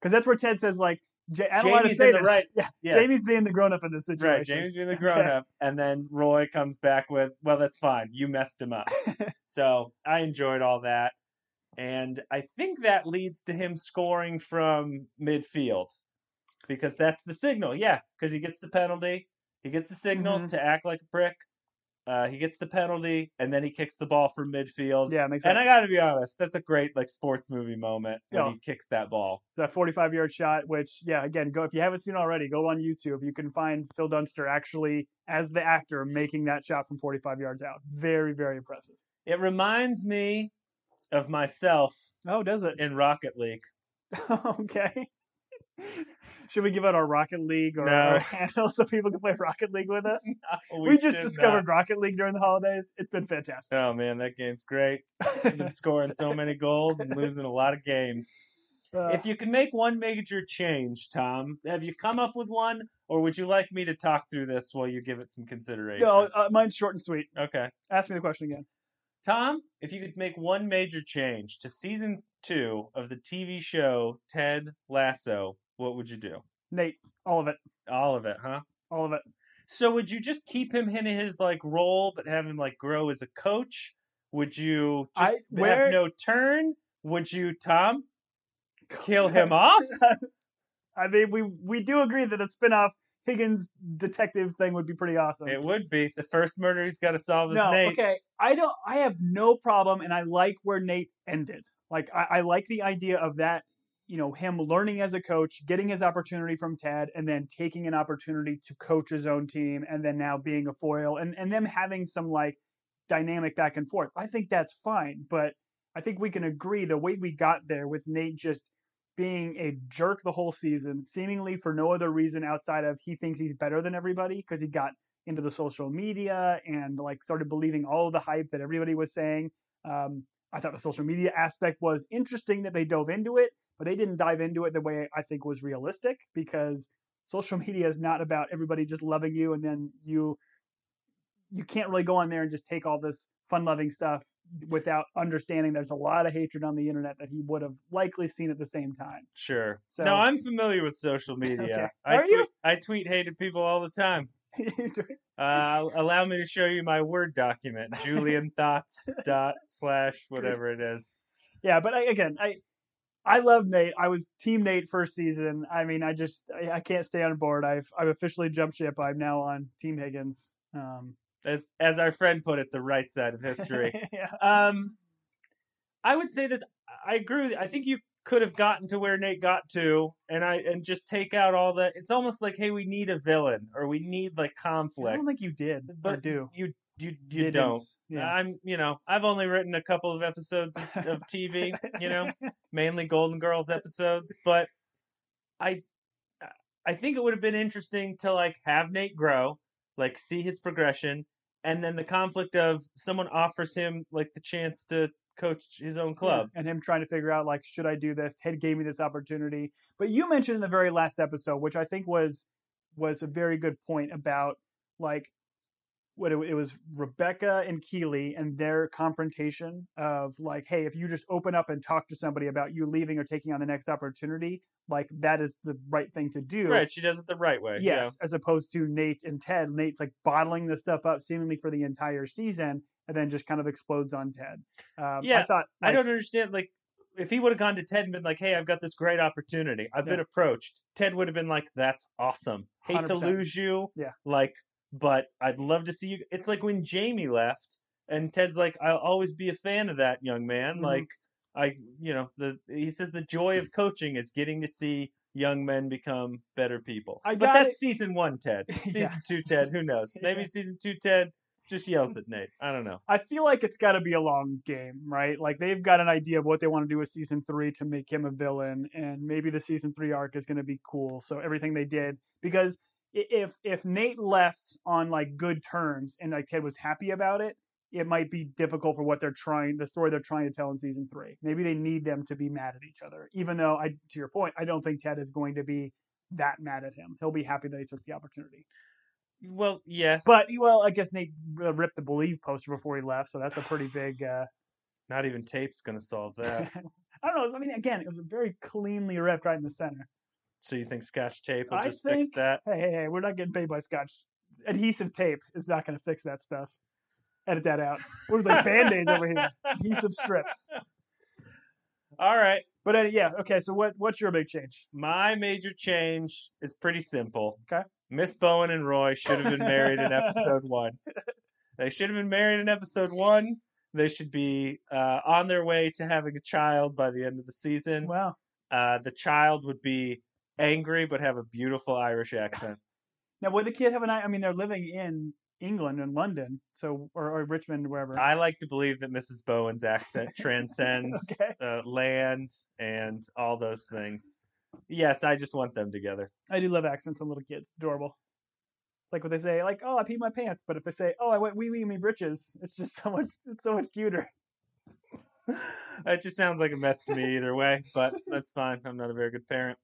Speaker 2: because that's where Ted says like, J- I don't want to
Speaker 1: Jamie's
Speaker 2: say
Speaker 1: in the
Speaker 2: this.
Speaker 1: right-
Speaker 2: Yeah,
Speaker 1: "Yeah,
Speaker 2: Jamie's being the grown up in this situation.
Speaker 1: Right, James being the grown up, and then Roy comes back with, "Well, that's fine. You messed him up." so I enjoyed all that, and I think that leads to him scoring from midfield because that's the signal. Yeah, because he gets the penalty, he gets the signal
Speaker 2: Mhm.
Speaker 1: to act like a prick. Uh, he gets the penalty, and then he kicks the ball from midfield.
Speaker 2: Yeah, it makes
Speaker 1: And
Speaker 2: sense.
Speaker 1: I got to be honest, that's a great like sports movie moment when
Speaker 2: Yeah.
Speaker 1: he kicks that ball.
Speaker 2: It's a 45 yard shot, which, yeah, again, go if you haven't seen it already, go on YouTube. You can find Phil Dunster actually as the actor making that shot from 45 yards out. Very, very impressive.
Speaker 1: It reminds me of myself
Speaker 2: Oh, does it?
Speaker 1: in Rocket League.
Speaker 2: okay. Should we give out our Rocket League or
Speaker 1: No.
Speaker 2: our handle so people can play Rocket League with us? We, just
Speaker 1: should
Speaker 2: discovered Rocket League during the holidays. It's been fantastic.
Speaker 1: not. Oh man, that game's great. I've been scoring so many goals and losing a lot of games.
Speaker 2: Uh,
Speaker 1: If you can make one major change, Tom, have you come up with one, or would you like me to talk through this while you give it some consideration?
Speaker 2: no, uh, mine's short and sweet.
Speaker 1: Okay,
Speaker 2: Ask me the question again.
Speaker 1: Tom, if you could make one major change to season two of the TV show Ted Lasso, what would you do?
Speaker 2: Nate, all of it.
Speaker 1: All of it, huh?
Speaker 2: All of it.
Speaker 1: So would you just keep him in his like role, but have him like grow as a coach? Would you
Speaker 2: I-
Speaker 1: just
Speaker 2: where-
Speaker 1: have no turn? Would you, Tom, kill him off?
Speaker 2: I mean, we we do agree that a spin-off Higgins detective thing would be pretty awesome.
Speaker 1: It would be the first murder he's got to solve is
Speaker 2: no,
Speaker 1: Nate.
Speaker 2: okay. I don't. I have no problem, and I like where Nate ended. Like, I, I like the idea of that. You know, him learning as a coach, getting his opportunity from Tad, and then taking an opportunity to coach his own team, and then now being a foil, and and them having some like dynamic back and forth. I think that's fine, but I think we can agree the way we got there with Nate just being a jerk the whole season, seemingly for no other reason outside of he thinks he's better than everybody because he got into the social media and like started believing all of the hype that everybody was saying. Um, I thought the social media aspect was interesting that they dove into it, but they didn't dive into it the way I think was realistic because social media is not about everybody just loving you and then you you can't really go on there and just take all this fun loving stuff without understanding there's a lot of hatred on the internet that he would have likely seen at the same time.
Speaker 1: Sure.
Speaker 2: So-
Speaker 1: no, I'm familiar with social media.
Speaker 2: Okay.
Speaker 1: I
Speaker 2: Are
Speaker 1: tweet,
Speaker 2: you?
Speaker 1: I tweet hated people all the time.
Speaker 2: You do-
Speaker 1: Uh, allow me to show you my word document, Julian thoughts dot slash whatever it is.
Speaker 2: yeah, but I, again, I I love Nate. I was team Nate first season. I mean, I just I, I can't stay on board. I've I've officially jumped ship. I'm now on team Higgins. Um,
Speaker 1: As as our friend put it, the right side of history.
Speaker 2: yeah.
Speaker 1: Um, I would say this. I agree. With you. I think you could have gotten to where Nate got to, and I and just take out all the. It's almost like, hey, we need a villain, or we need like
Speaker 2: I
Speaker 1: conflict.
Speaker 2: don't think you did, but
Speaker 1: But
Speaker 2: do
Speaker 1: you you you
Speaker 2: Didn't.
Speaker 1: don't.
Speaker 2: Yeah.
Speaker 1: I'm you know I've only written a couple of episodes of, of TV, Uh, you know, mainly Golden Girls episodes, but I uh, I think it would have been interesting to like have Nate grow, like see his progression, and then the conflict of someone offers him like the chance to coach his own club.
Speaker 2: and him trying to figure out like should I do this? Ted gave me this opportunity, but you mentioned in the very last episode, which I think was was a very good point about like what it, it was Rebecca and Keeley and their confrontation of like, hey, if you just open up and talk to somebody about you leaving or taking on the next opportunity, like that is the right thing to do.
Speaker 1: Right, she does it the right way. yeah.
Speaker 2: Yes, as opposed to Nate and Ted. Nate's like bottling this stuff up seemingly for the entire season and then just kind of explodes on Ted. Um, I
Speaker 1: Yeah,
Speaker 2: thought
Speaker 1: I
Speaker 2: like,
Speaker 1: don't understand. Like, if he would have gone to Ted and been like, "Hey, I've got this great opportunity. I've been
Speaker 2: Yeah.
Speaker 1: approached," Ted would have been like, "That's awesome. Hate to
Speaker 2: 100%.
Speaker 1: lose you.
Speaker 2: Yeah.
Speaker 1: Like, but I'd love to see you." It's like when Jamie left, and Ted's like, "I'll always be a fan of that young man."
Speaker 2: Mhm.
Speaker 1: Like, I, you know, the he says the joy of coaching is getting to see young men become better people.
Speaker 2: I
Speaker 1: but
Speaker 2: got
Speaker 1: that's
Speaker 2: it.
Speaker 1: season one, Ted.
Speaker 2: Yeah.
Speaker 1: Season two, Ted. Who knows? Maybe
Speaker 2: Yeah.
Speaker 1: season two, Ted just yells at Nate. I don't know.
Speaker 2: I feel like it's got to be a long game, right? Like they've got an idea of what they want to do with season three to make him a villain, and maybe the season three arc is going to be cool. So everything they did, because i- if if Nate left on like good terms and like Ted was happy about it, it might be difficult for what they're trying, the story they're trying to tell in season three. Maybe they need them to be mad at each other, even though I, to your point, I don't think Ted is going to be that mad at him. He'll be happy that he took the opportunity.
Speaker 1: Well, yes,
Speaker 2: But well, I guess Nate uh, ripped the Believe poster before he left, so that's a pretty big. Uh,
Speaker 1: not even tape's gonna solve that.
Speaker 2: I don't know. I mean, again, it was a very cleanly ripped right in the center.
Speaker 1: so you think Scotch tape will
Speaker 2: I
Speaker 1: just fix
Speaker 2: think-
Speaker 1: that?
Speaker 2: Hey, hey, hey! We're not getting paid by Scotch. Adhesive tape is not going to fix that stuff. Edit that out. We're just like band aids over here. Adhesive strips.
Speaker 1: All right.
Speaker 2: But uh, yeah, okay. So what? What's your big change?
Speaker 1: My major change is pretty simple.
Speaker 2: Okay.
Speaker 1: Miss Bowen and Roy should have been married in episode one. They should have been married in episode one. They should be uh, on their way to having a child by the end of the season.
Speaker 2: Wow.
Speaker 1: Uh, the child would be angry but have a beautiful Irish accent.
Speaker 2: Now, would the kid have an? I I mean, they're living in England and London, so or, or Richmond, wherever.
Speaker 1: I like to believe that Mrs. Bowen's accent transcends
Speaker 2: Okay.
Speaker 1: uh, land and all those things. Yes, I just want them together.
Speaker 2: I do love accents on little kids. Adorable. It's like what they say, like, "Oh, I peed my pants," but if they say, "Oh, I went wee wee me britches," it's just so much. It's so much cuter.
Speaker 1: That just sounds like a mess to me either way, but that's fine. I'm not a very good parent.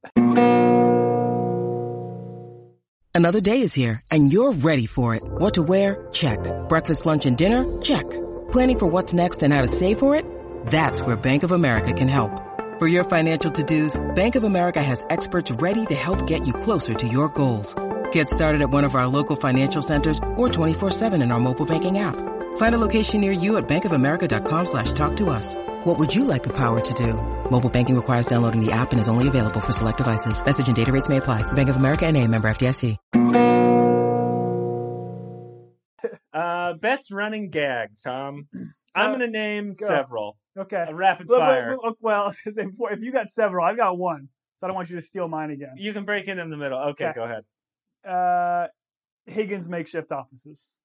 Speaker 3: Another day is here and you're ready for it. What to wear? Check. Breakfast, lunch, and dinner? Check. Planning for what's next and how to save for it? That's where Bank of America can help. For your financial to-dos, Bank of America has experts ready to help get you closer to your goals. Get started at one of our local financial centers or 24-7 in our mobile banking app. Find a location near you at bankofamerica.com slash talk to us. What would you like the power to do? Mobile banking requires downloading the app and is only available for select devices. Message and data rates may apply. Bank of America and a member FDIC.
Speaker 1: Uh, best running gag, Tom. I'm
Speaker 2: Uh,
Speaker 1: gonna name
Speaker 2: go.
Speaker 1: several.
Speaker 2: Okay.
Speaker 1: A rapid
Speaker 2: Well, well,
Speaker 1: fire.
Speaker 2: well, well, I was gonna say before, if you got several, I've got one, so I don't want you to steal mine again.
Speaker 1: You can break in in the middle. Okay,
Speaker 2: Okay.
Speaker 1: go ahead.
Speaker 2: Uh, Higgins makeshift offices.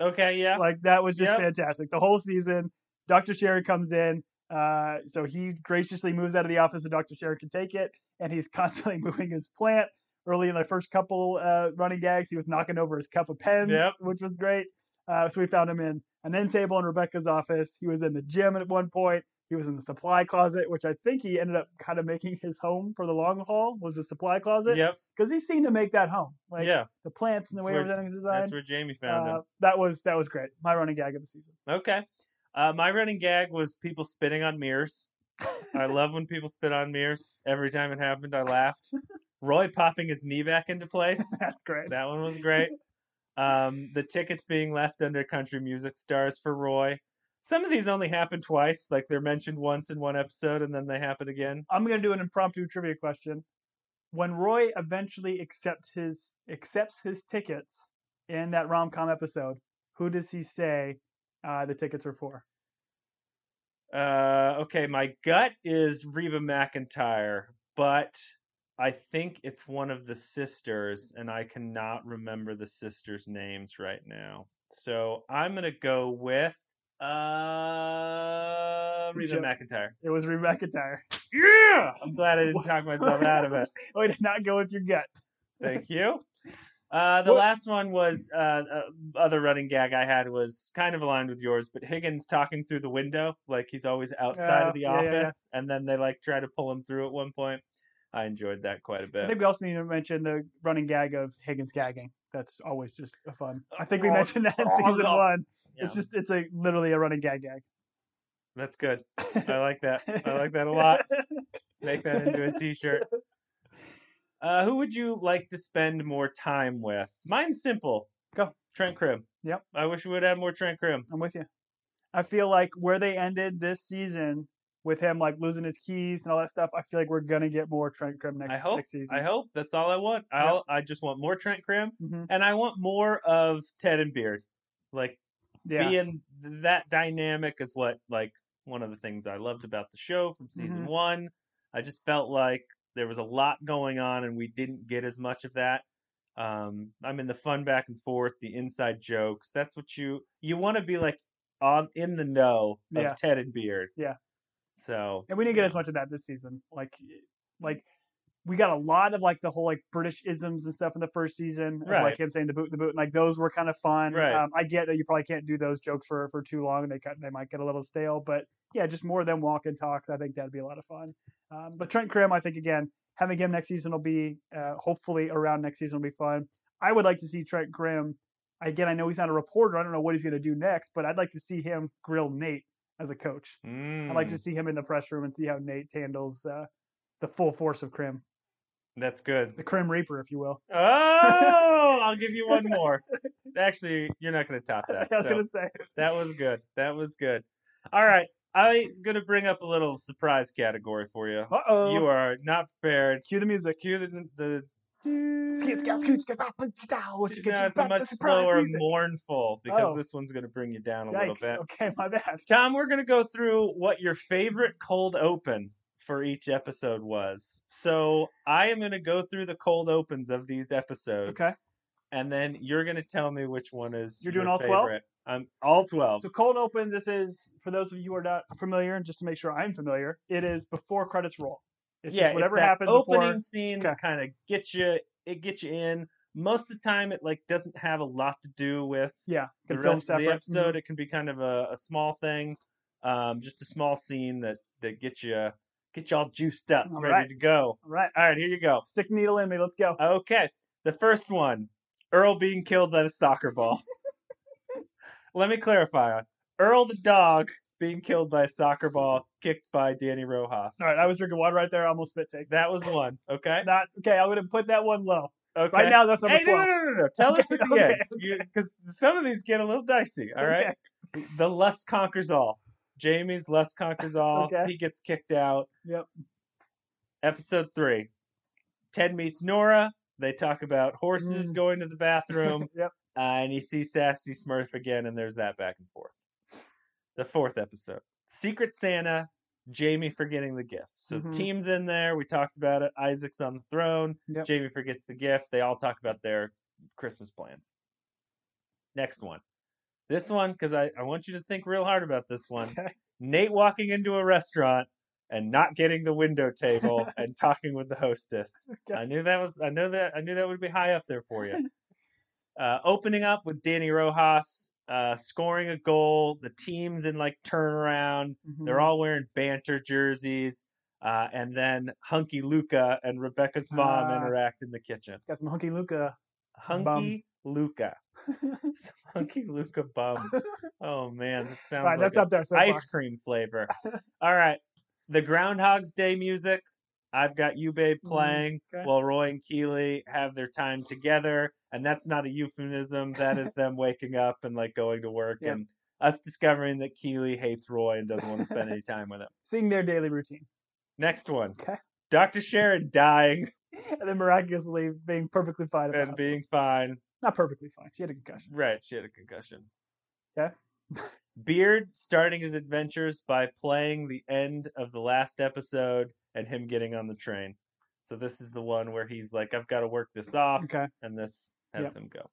Speaker 1: Okay, yeah.
Speaker 2: Like that was just
Speaker 1: Yep.
Speaker 2: fantastic. The whole season, Dr. Sherry comes in. Uh, so he graciously moves out of the office so Dr. Sherry can take it, and he's constantly moving his plant. Early in the first couple uh, running gags, he was knocking over his cup of pens,
Speaker 1: Yep.
Speaker 2: which was great. Uh, so we found him in an end table in Rebecca's office. He was in the gym at one point. He was in the supply closet, which I think he ended up kind of making his home for the long haul. Was the supply closet
Speaker 1: Yep.
Speaker 2: because he seemed to make that home, like
Speaker 1: yeah.
Speaker 2: the plants and the
Speaker 1: That's
Speaker 2: way
Speaker 1: where-
Speaker 2: everything was designed.
Speaker 1: That's where Jamie found
Speaker 2: Uh, that was that was great. My running gag of the season.
Speaker 1: him. Okay. Uh, my running gag was people spitting on mirrors. I love when people spit on mirrors. Every time it happened, I laughed. Roy popping his knee back into place.
Speaker 2: That's great.
Speaker 1: That one was great. Um, the tickets being left under country music stars for Roy. Some of these only happen twice. Like they're mentioned once in one episode, and then they happen again.
Speaker 2: I'm gonna do an impromptu trivia question. When Roy eventually accepts his accepts his tickets in that rom com episode, who does he say uh, the tickets are for?
Speaker 1: Uh, okay, my gut is Reba McIntyre, but I think it's one of the sisters, and I cannot remember the sisters' names right now. So I'm gonna go with uh
Speaker 2: Good
Speaker 1: Reba
Speaker 2: job.
Speaker 1: McIntyre.
Speaker 2: It was Reba McIntyre.
Speaker 1: Yeah, I'm glad I didn't talk myself out of it.
Speaker 2: Oh, I did not go with your gut.
Speaker 1: Thank you. Uh, the
Speaker 2: What-
Speaker 1: last one was uh, uh, other running gag I had was kind of aligned with yours, but Higgins talking through the window like he's always outside
Speaker 2: Oh,
Speaker 1: of the
Speaker 2: yeah, yeah,
Speaker 1: office,
Speaker 2: yeah.
Speaker 1: and then they like try to pull him through at one point. I enjoyed that quite a
Speaker 2: I
Speaker 1: bit.
Speaker 2: think we also need to mention the running gag of Higgins gagging. That's always just a fun. I think we
Speaker 1: Oh,
Speaker 2: mentioned that in
Speaker 1: oh,
Speaker 2: season
Speaker 1: no.
Speaker 2: one.
Speaker 1: Yeah,
Speaker 2: It's just it's a literally a running gag gag.
Speaker 1: that's good. I like that. I like that a lot. Make that into a t-shirt. Uh, who would you like to spend more time with? Mine's simple.
Speaker 2: Go.
Speaker 1: Trent Krim.
Speaker 2: Yep.
Speaker 1: I wish we would have more Trent Krim.
Speaker 2: I'm with you. I feel like where they ended this season with him like losing his keys and all that stuff, I feel like we're gonna get more Trent Grimm next,
Speaker 1: I hope.
Speaker 2: next season.
Speaker 1: I hope that's all I want. I'll, I just want more Trent Krim.
Speaker 2: Mhm.
Speaker 1: and I want more of Ted and Beard. Like
Speaker 2: Yeah.
Speaker 1: being th- that dynamic is what like one of the things I loved about the show from season
Speaker 2: Mhm.
Speaker 1: one. I just felt like there was a lot going on, and we didn't get as much of that. Um, I'm in the fun back and forth, the inside jokes. That's what you you want to be like on in the know of
Speaker 2: Yeah.
Speaker 1: Ted and Beard.
Speaker 2: Yeah.
Speaker 1: So
Speaker 2: And we didn't get as much of that this season. Like, like we got a lot of like the whole like British isms and stuff in the first season. of,
Speaker 1: Right.
Speaker 2: like him saying the boot, the boot, and like those were kind of fun.
Speaker 1: Right.
Speaker 2: Um, I get that you probably can't do those jokes for for too long, and they cut, they might get a little stale. But yeah, just more of them walk and talks. I think that'd be a lot of fun. Um, but Trent Krim, I think again having him next season will be uh, hopefully around next season will be fun. I would like to see Trent Grimm. Again, I know he's not a reporter. I don't know what he's going to do next, but I'd like to see him grill Nate as a coach. I'd like
Speaker 1: Mm,
Speaker 2: to see him in the press room and see how Nate handles uh, the full force of Krim,
Speaker 1: that's good.
Speaker 2: the Krim Reaper, if you will.
Speaker 1: Oh, I'll give you one more. Actually, you're not going to top that.
Speaker 2: I was
Speaker 1: so.
Speaker 2: gonna say,
Speaker 1: that was good. That was good. All right. I'm going to bring up a little surprise category for you.
Speaker 2: uh oh,
Speaker 1: You are not prepared.
Speaker 2: cue the music.
Speaker 1: Cue the. the
Speaker 2: Skit, scout, scoot, scoot, bop, bop, dow, what you get,
Speaker 1: no,
Speaker 2: you
Speaker 1: it's a
Speaker 2: bop, the
Speaker 1: much
Speaker 2: surprise
Speaker 1: slower,
Speaker 2: music.
Speaker 1: mournful because
Speaker 2: Oh.
Speaker 1: this one's going to bring you down a little
Speaker 2: Yikes.
Speaker 1: bit.
Speaker 2: Okay, my bad.
Speaker 1: Tom, we're going to go through what your favorite cold open for each episode was. So I am going to go through the cold opens of these episodes.
Speaker 2: Okay.
Speaker 1: And then you're going to tell me which one is.
Speaker 2: You're doing
Speaker 1: your
Speaker 2: all 12?
Speaker 1: favorite. I'm all 12.
Speaker 2: So cold open. This is for those of you who are not familiar, and just to make sure I'm familiar, it is before credits roll. It's just whatever
Speaker 1: that
Speaker 2: happens
Speaker 1: opening
Speaker 2: before.
Speaker 1: scene that kind of gets you it gets you in most of the time it like doesn't have a lot to do with
Speaker 2: Yeah,
Speaker 1: the
Speaker 2: can film
Speaker 1: rest of the
Speaker 2: separate. Mhm.
Speaker 1: episode it can be kind of a, a small thing um just a small scene that that gets you get you all juiced up
Speaker 2: All
Speaker 1: ready
Speaker 2: right.
Speaker 1: to go
Speaker 2: All right,
Speaker 1: all right here you go
Speaker 2: stick the needle in me. Let's
Speaker 1: Uh,
Speaker 2: go.
Speaker 1: okay the first one earl being killed by the soccer ball let me clarify earl the dog being killed by a soccer ball kicked by danny rojas
Speaker 2: All right, I was drinking water right there. I almost spit take.
Speaker 1: that was one okay
Speaker 2: Not okay. I'm gonna put that one low.
Speaker 1: Okay.
Speaker 2: Right now, that's number
Speaker 1: hey, no, no,
Speaker 2: twelve.
Speaker 1: no, no, no. Tell us at the
Speaker 2: Okay,
Speaker 1: end. Because some of these get a little dicey, all right?
Speaker 2: Okay.
Speaker 1: The lust conquers all. Jamie's lust conquers all.
Speaker 2: Okay.
Speaker 1: He gets kicked out.
Speaker 2: Yep.
Speaker 1: Episode three Ted meets Nora. They talk about horses
Speaker 2: Mm.
Speaker 1: going to the bathroom.
Speaker 2: Yep.
Speaker 1: uh, and you see Sassy Smurf again, and there's that back and forth. The fourth episode Secret Santa, Jamie forgetting the gift. So
Speaker 2: Mhm.
Speaker 1: team's in there. We talked about it. Isaac's on the throne.
Speaker 2: Yep.
Speaker 1: Jamie forgets the gift. They all talk about their Christmas plans. Next one. This one, because I, I want you to think real hard about this one.
Speaker 2: Okay.
Speaker 1: Nate walking into a restaurant and not getting the window table and talking with the hostess.
Speaker 2: Okay.
Speaker 1: I knew that was I know that I knew that would be high up there for you. Uh, opening up with Danny Rojas uh, scoring a goal. The team's in like turnaround. They're
Speaker 2: Mhm.
Speaker 1: all wearing banter jerseys. Uh, and then Hunky Luca and Rebecca's mom
Speaker 2: Ah.
Speaker 1: interact in the kitchen.
Speaker 2: got some hunky Luca. Bum.
Speaker 1: Hunky Luca. Some Hunky Luca bum. Oh man, that sounds
Speaker 2: All right,
Speaker 1: like
Speaker 2: that's
Speaker 1: a
Speaker 2: up there so
Speaker 1: ice cream flavor. All right. The Groundhog's Day music. I've got you, babe,
Speaker 2: Mm,
Speaker 1: playing
Speaker 2: okay.
Speaker 1: while Roy and Keeley have their time together. And that's not a euphemism. That is them waking up and like going to work
Speaker 2: Yep.
Speaker 1: and us discovering that Keeley hates Roy and doesn't want to spend any time with him.
Speaker 2: Seeing their daily routine,
Speaker 1: Next one.
Speaker 2: Okay.
Speaker 1: Dr. Sharon dying
Speaker 2: and then miraculously being perfectly fine. About
Speaker 1: and
Speaker 2: it.
Speaker 1: being fine.
Speaker 2: Not perfectly fine. She had a concussion.
Speaker 1: Right. She had a concussion.
Speaker 2: Okay.
Speaker 1: Beard starting his adventures by playing the end of the last episode and him getting on the train. So this is the one where he's like, I've got to work this off,
Speaker 2: Okay,
Speaker 1: and this has
Speaker 2: Yep.
Speaker 1: him go.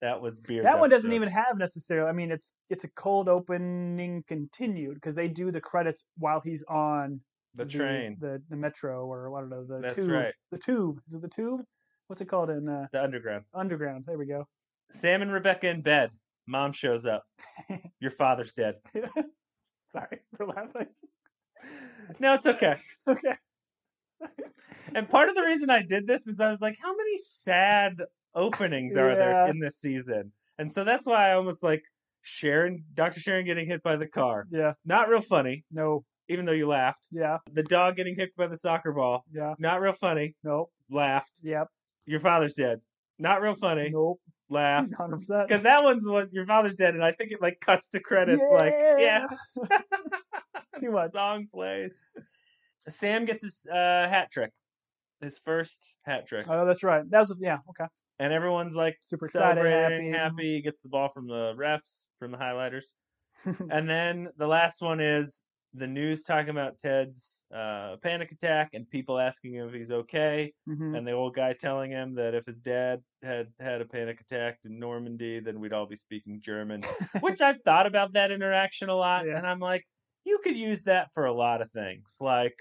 Speaker 1: That was Beard.
Speaker 2: that one doesn't even have necessarily. I mean, it's it's a cold opening continued because they do the credits while he's on
Speaker 1: the train,
Speaker 2: the the, metro, or I don't know the
Speaker 1: That's
Speaker 2: tube.
Speaker 1: right.
Speaker 2: The tube is it the tube? What's it called in uh,
Speaker 1: the underground.
Speaker 2: underground? There we go.
Speaker 1: Sam and Rebecca in bed. Mom shows up. Your father's dead.
Speaker 2: Sorry for laughing.
Speaker 1: No, it's okay.
Speaker 2: Okay,
Speaker 1: And part of the reason I did this is I was like, how many sad openings are there
Speaker 2: Yeah.
Speaker 1: in this season? And so that's why I almost like Sharon, Dr. Sharon getting hit by the car.
Speaker 2: yeah,
Speaker 1: Not real funny,
Speaker 2: no,
Speaker 1: even though you laughed.
Speaker 2: yeah,
Speaker 1: The dog getting kicked by the soccer ball.
Speaker 2: yeah,
Speaker 1: Not real funny,
Speaker 2: no,
Speaker 1: laughed.
Speaker 2: yep,
Speaker 1: Your father's dead. Not real funny,
Speaker 2: nope,
Speaker 1: laughed.
Speaker 2: hundred percent.
Speaker 1: Because that one's what your father's dead, and I think it like cuts to credits. Like, yeah,
Speaker 2: Too much.
Speaker 1: song plays. Sam gets his uh, hat trick, his first hat trick,
Speaker 2: Oh, that's right. That's yeah. Okay.
Speaker 1: and everyone's like,
Speaker 2: Super excited,
Speaker 1: celebrating,
Speaker 2: happy.
Speaker 1: happy, gets the ball from the refs, from the highlighters. And then the last one is the news talking about Ted's uh, panic attack and people asking him if he's okay,
Speaker 2: hmm
Speaker 1: and the old guy telling him that if his dad had had a panic attack in Normandy, then we'd all be speaking German. Which I've thought about that interaction a lot,
Speaker 2: Yeah.
Speaker 1: and I'm like, you could use that for a lot of things. Like,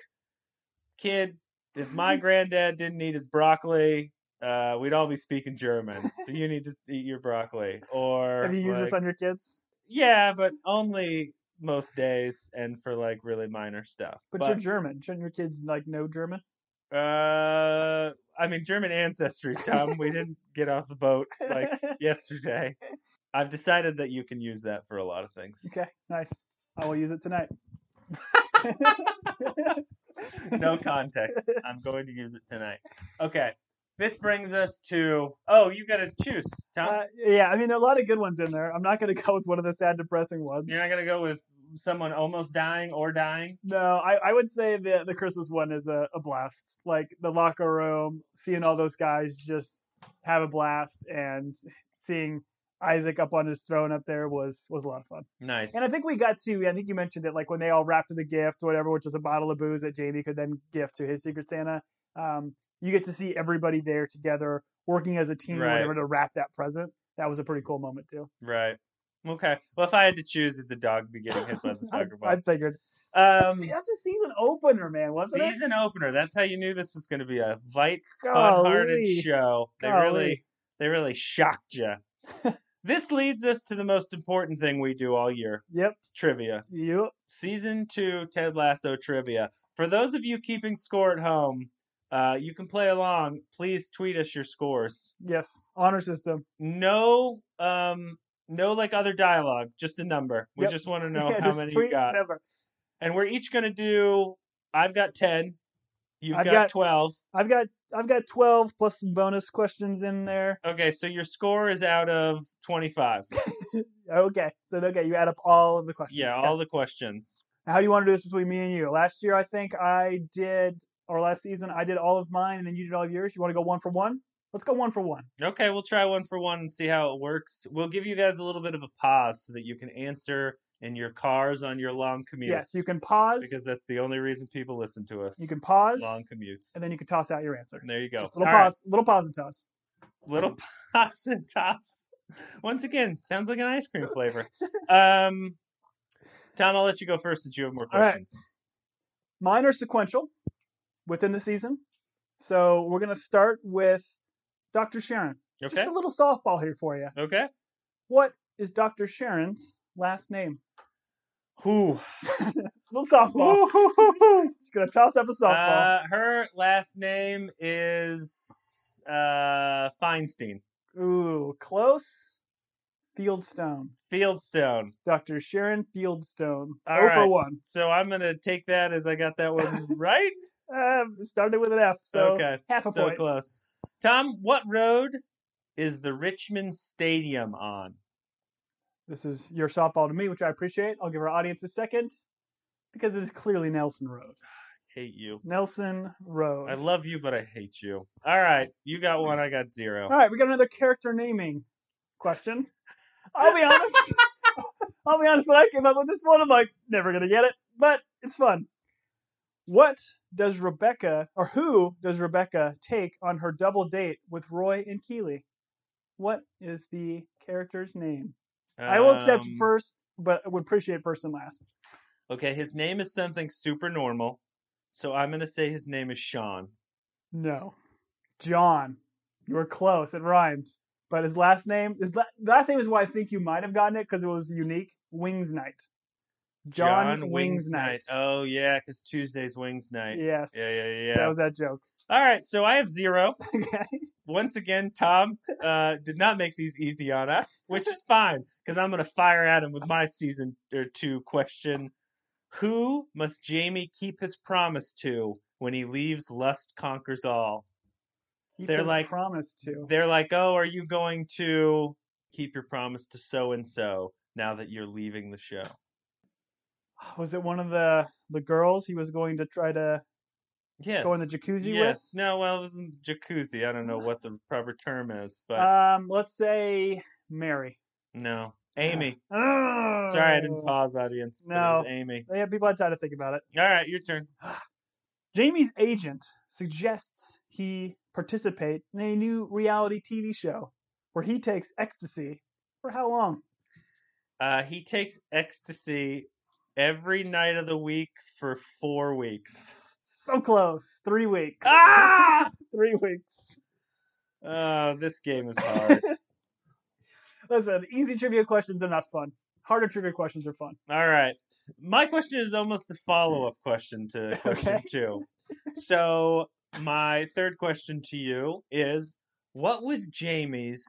Speaker 1: kid, if my granddad didn't eat his broccoli. Uh, we'd all be speaking German, so you need to eat your broccoli. Or
Speaker 2: Have you used this
Speaker 1: like-
Speaker 2: on your kids?
Speaker 1: yeah, but only most days and for like really minor stuff.
Speaker 2: But, you're German. Shouldn't your kids like know German?
Speaker 1: uh, I mean German ancestry, Tom. we didn't get off the boat like yesterday. I've decided that you can use that for a lot of things.
Speaker 2: okay, nice. I will use it tonight.
Speaker 1: No context. I'm going to use it tonight. Okay. This brings us to oh, you got to choose, Tom.
Speaker 2: Uh, yeah, I mean, there are a lot of good ones in there. I'm not going to go with one of the sad, depressing ones.
Speaker 1: You're not gonna go with someone almost dying or dying.
Speaker 2: No, I, I would say the the Christmas one is a, a blast. Like the locker room, seeing all those guys just have a blast, and seeing Isaac up on his throne up there was was a lot of fun.
Speaker 1: Nice.
Speaker 2: And I think we got to, I think you mentioned it, like when they all wrapped the gift, whatever, which was a bottle of booze that Jamie could then gift to his Secret Santa. Um, you get to see everybody there together working as a team or
Speaker 1: Right.
Speaker 2: whatever to wrap that present. That was a pretty cool moment too.
Speaker 1: right. Okay. Well, if I had to choose, it'd the dog be getting hit by the
Speaker 2: I,
Speaker 1: soccer
Speaker 2: I
Speaker 1: ball.
Speaker 2: figured.
Speaker 1: Um,
Speaker 2: See, that's a season opener, man, wasn't it?
Speaker 1: season opener. That's how you knew this was going to be a light, fun-hearted
Speaker 2: Golly.
Speaker 1: show. They
Speaker 2: Golly.
Speaker 1: really, they really shocked you. this leads us to the most important thing we do all year:
Speaker 2: Yep.
Speaker 1: trivia.
Speaker 2: Yep.
Speaker 1: Season two Ted Lasso trivia. For those of you keeping score at home, uh, you can play along. Please tweet us your scores.
Speaker 2: Yes. Honor system.
Speaker 1: No, um, no, like other dialogue. Just a number. We
Speaker 2: Yep.
Speaker 1: just want to know
Speaker 2: Yeah,
Speaker 1: how
Speaker 2: just
Speaker 1: many you
Speaker 2: tweet
Speaker 1: got.
Speaker 2: whatever.
Speaker 1: And we're each going to do. I've got ten. You've
Speaker 2: I've
Speaker 1: got,
Speaker 2: got-
Speaker 1: twelve.
Speaker 2: I've got I've got twelve plus some bonus questions in there.
Speaker 1: Okay, so your score is out of 25.
Speaker 2: Okay. So okay, you add up all of the questions.
Speaker 1: yeah,
Speaker 2: Okay.
Speaker 1: all the questions.
Speaker 2: how do you want to do this between me and you? Last year, I think I did, or last season, I did all of mine, and then you did all of yours. You want to go one for one? Let's go one for one.
Speaker 1: Okay, we'll try one for one and see how it works. We'll give you guys a little bit of a pause so that you can answer in your cars on your long commutes.
Speaker 2: Yes, you can pause.
Speaker 1: Because that's the only reason people listen to us.
Speaker 2: you can pause,
Speaker 1: long commutes.
Speaker 2: and then you can toss out your answer.
Speaker 1: There you go.
Speaker 2: Just a little
Speaker 1: All right,
Speaker 2: pause, little pause and toss.
Speaker 1: little pause and toss. Once again, sounds like an ice cream flavor. um, Tom, I'll let you go first since you have more
Speaker 2: All right.
Speaker 1: questions.
Speaker 2: Mine are sequential within the season, so we're gonna start with Dr. Sharon.
Speaker 1: Okay.
Speaker 2: Just a little softball here for you.
Speaker 1: Okay.
Speaker 2: What is Dr. Sharon's last name?
Speaker 1: Who?
Speaker 2: little softball. Just gonna toss up a softball.
Speaker 1: Uh, her last name is uh, Feinstein.
Speaker 2: Ooh, close. Fieldstone.
Speaker 1: Fieldstone.
Speaker 2: Dr. Sharon Fieldstone.
Speaker 1: All
Speaker 2: oh for
Speaker 1: right.
Speaker 2: 1.
Speaker 1: So I'm gonna take that as I got that one right.
Speaker 2: Um, it started with an F, so
Speaker 1: okay,
Speaker 2: half a
Speaker 1: so
Speaker 2: point.
Speaker 1: close. Tom, what road is the Richmond Stadium on?
Speaker 2: This is your softball to me, which I appreciate. I'll give our audience a second because it is clearly Nelson Road.
Speaker 1: Hate you.
Speaker 2: Nelson Road.
Speaker 1: I love you, but I hate you. All right, you got one. I got zero.
Speaker 2: All right, we got another character naming question. I'll be honest. I'll be honest. When I came up with this one, I'm like, never gonna get it, but it's fun. What does Rebecca, or who does Rebecca take on her double date with Roy and Keeley? What is the character's name? I will accept
Speaker 1: Um,
Speaker 2: first, but I would appreciate first and last.
Speaker 1: Okay, his name is something super normal, so I'm gonna say his name is Sean.
Speaker 2: No, John. You were close. It rhymed, but his last name his la- last name is why I think you might have gotten it because it was unique. Wings Night. John, Wings, Night.
Speaker 1: Oh yeah, because Tuesday's Wings Night.
Speaker 2: yes.
Speaker 1: oh, Yeah, yeah, yeah,
Speaker 2: So that
Speaker 1: yeah.
Speaker 2: was that joke.
Speaker 1: All right, so I have zero.
Speaker 2: okay.
Speaker 1: Once again, Tom uh, did not make these easy on us, which is fine because I'm going to fire at him with my season or two question. Who must Jamie keep his promise to when he leaves Lust Conquers All?
Speaker 2: He
Speaker 1: They're
Speaker 2: was
Speaker 1: like-
Speaker 2: promised to.
Speaker 1: They're like, oh, are you going to keep your promise to so and so now that you're leaving the show?
Speaker 2: Was it one of the the girls he was going to try to
Speaker 1: Yes.
Speaker 2: go in the jacuzzi
Speaker 1: Yes. No, well, it wasn't
Speaker 2: Uh,
Speaker 1: jacuzzi. I don't know what the proper term is,
Speaker 2: with?
Speaker 1: but
Speaker 2: Um, let's say Mary.
Speaker 1: no. Amy.
Speaker 2: Oh.
Speaker 1: Sorry, I didn't pause, audience. but it
Speaker 2: No.
Speaker 1: was Amy.
Speaker 2: They have people had time to think about it.
Speaker 1: All right, your turn.
Speaker 2: Jamie's agent suggests he participate in a new reality TV show where he takes ecstasy. For how long?
Speaker 1: Uh, he takes ecstasy every night of the week for four weeks.
Speaker 2: So close. Three weeks.
Speaker 1: Ah!
Speaker 2: Three weeks.
Speaker 1: Oh, this game is hard.
Speaker 2: Listen, easy trivia questions are not fun. Harder trivia questions are fun.
Speaker 1: All right. My question is almost a follow up question to question
Speaker 2: Okay.
Speaker 1: two. So, my third question to you is what was Jamie's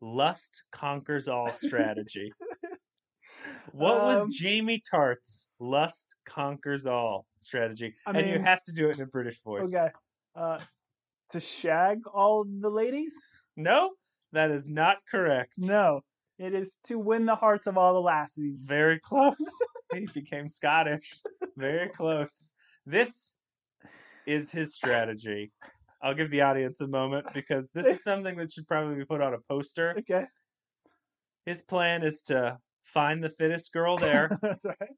Speaker 1: lust conquers all strategy? what
Speaker 2: Um,
Speaker 1: was Jamie Tart's lust conquers all strategy?
Speaker 2: I
Speaker 1: and you
Speaker 2: mean- Oh,
Speaker 1: have to do it in a British voice.
Speaker 2: Okay. Uh, to shag all of the ladies?
Speaker 1: No, that is not correct.
Speaker 2: No. It is to win the hearts of all the lassies.
Speaker 1: Very close. he became Scottish. Very close. This is his strategy. I'll give the audience a moment because this is something that should probably be put on a poster.
Speaker 2: Okay.
Speaker 1: His plan is to find the fittest girl there,
Speaker 2: That's all right.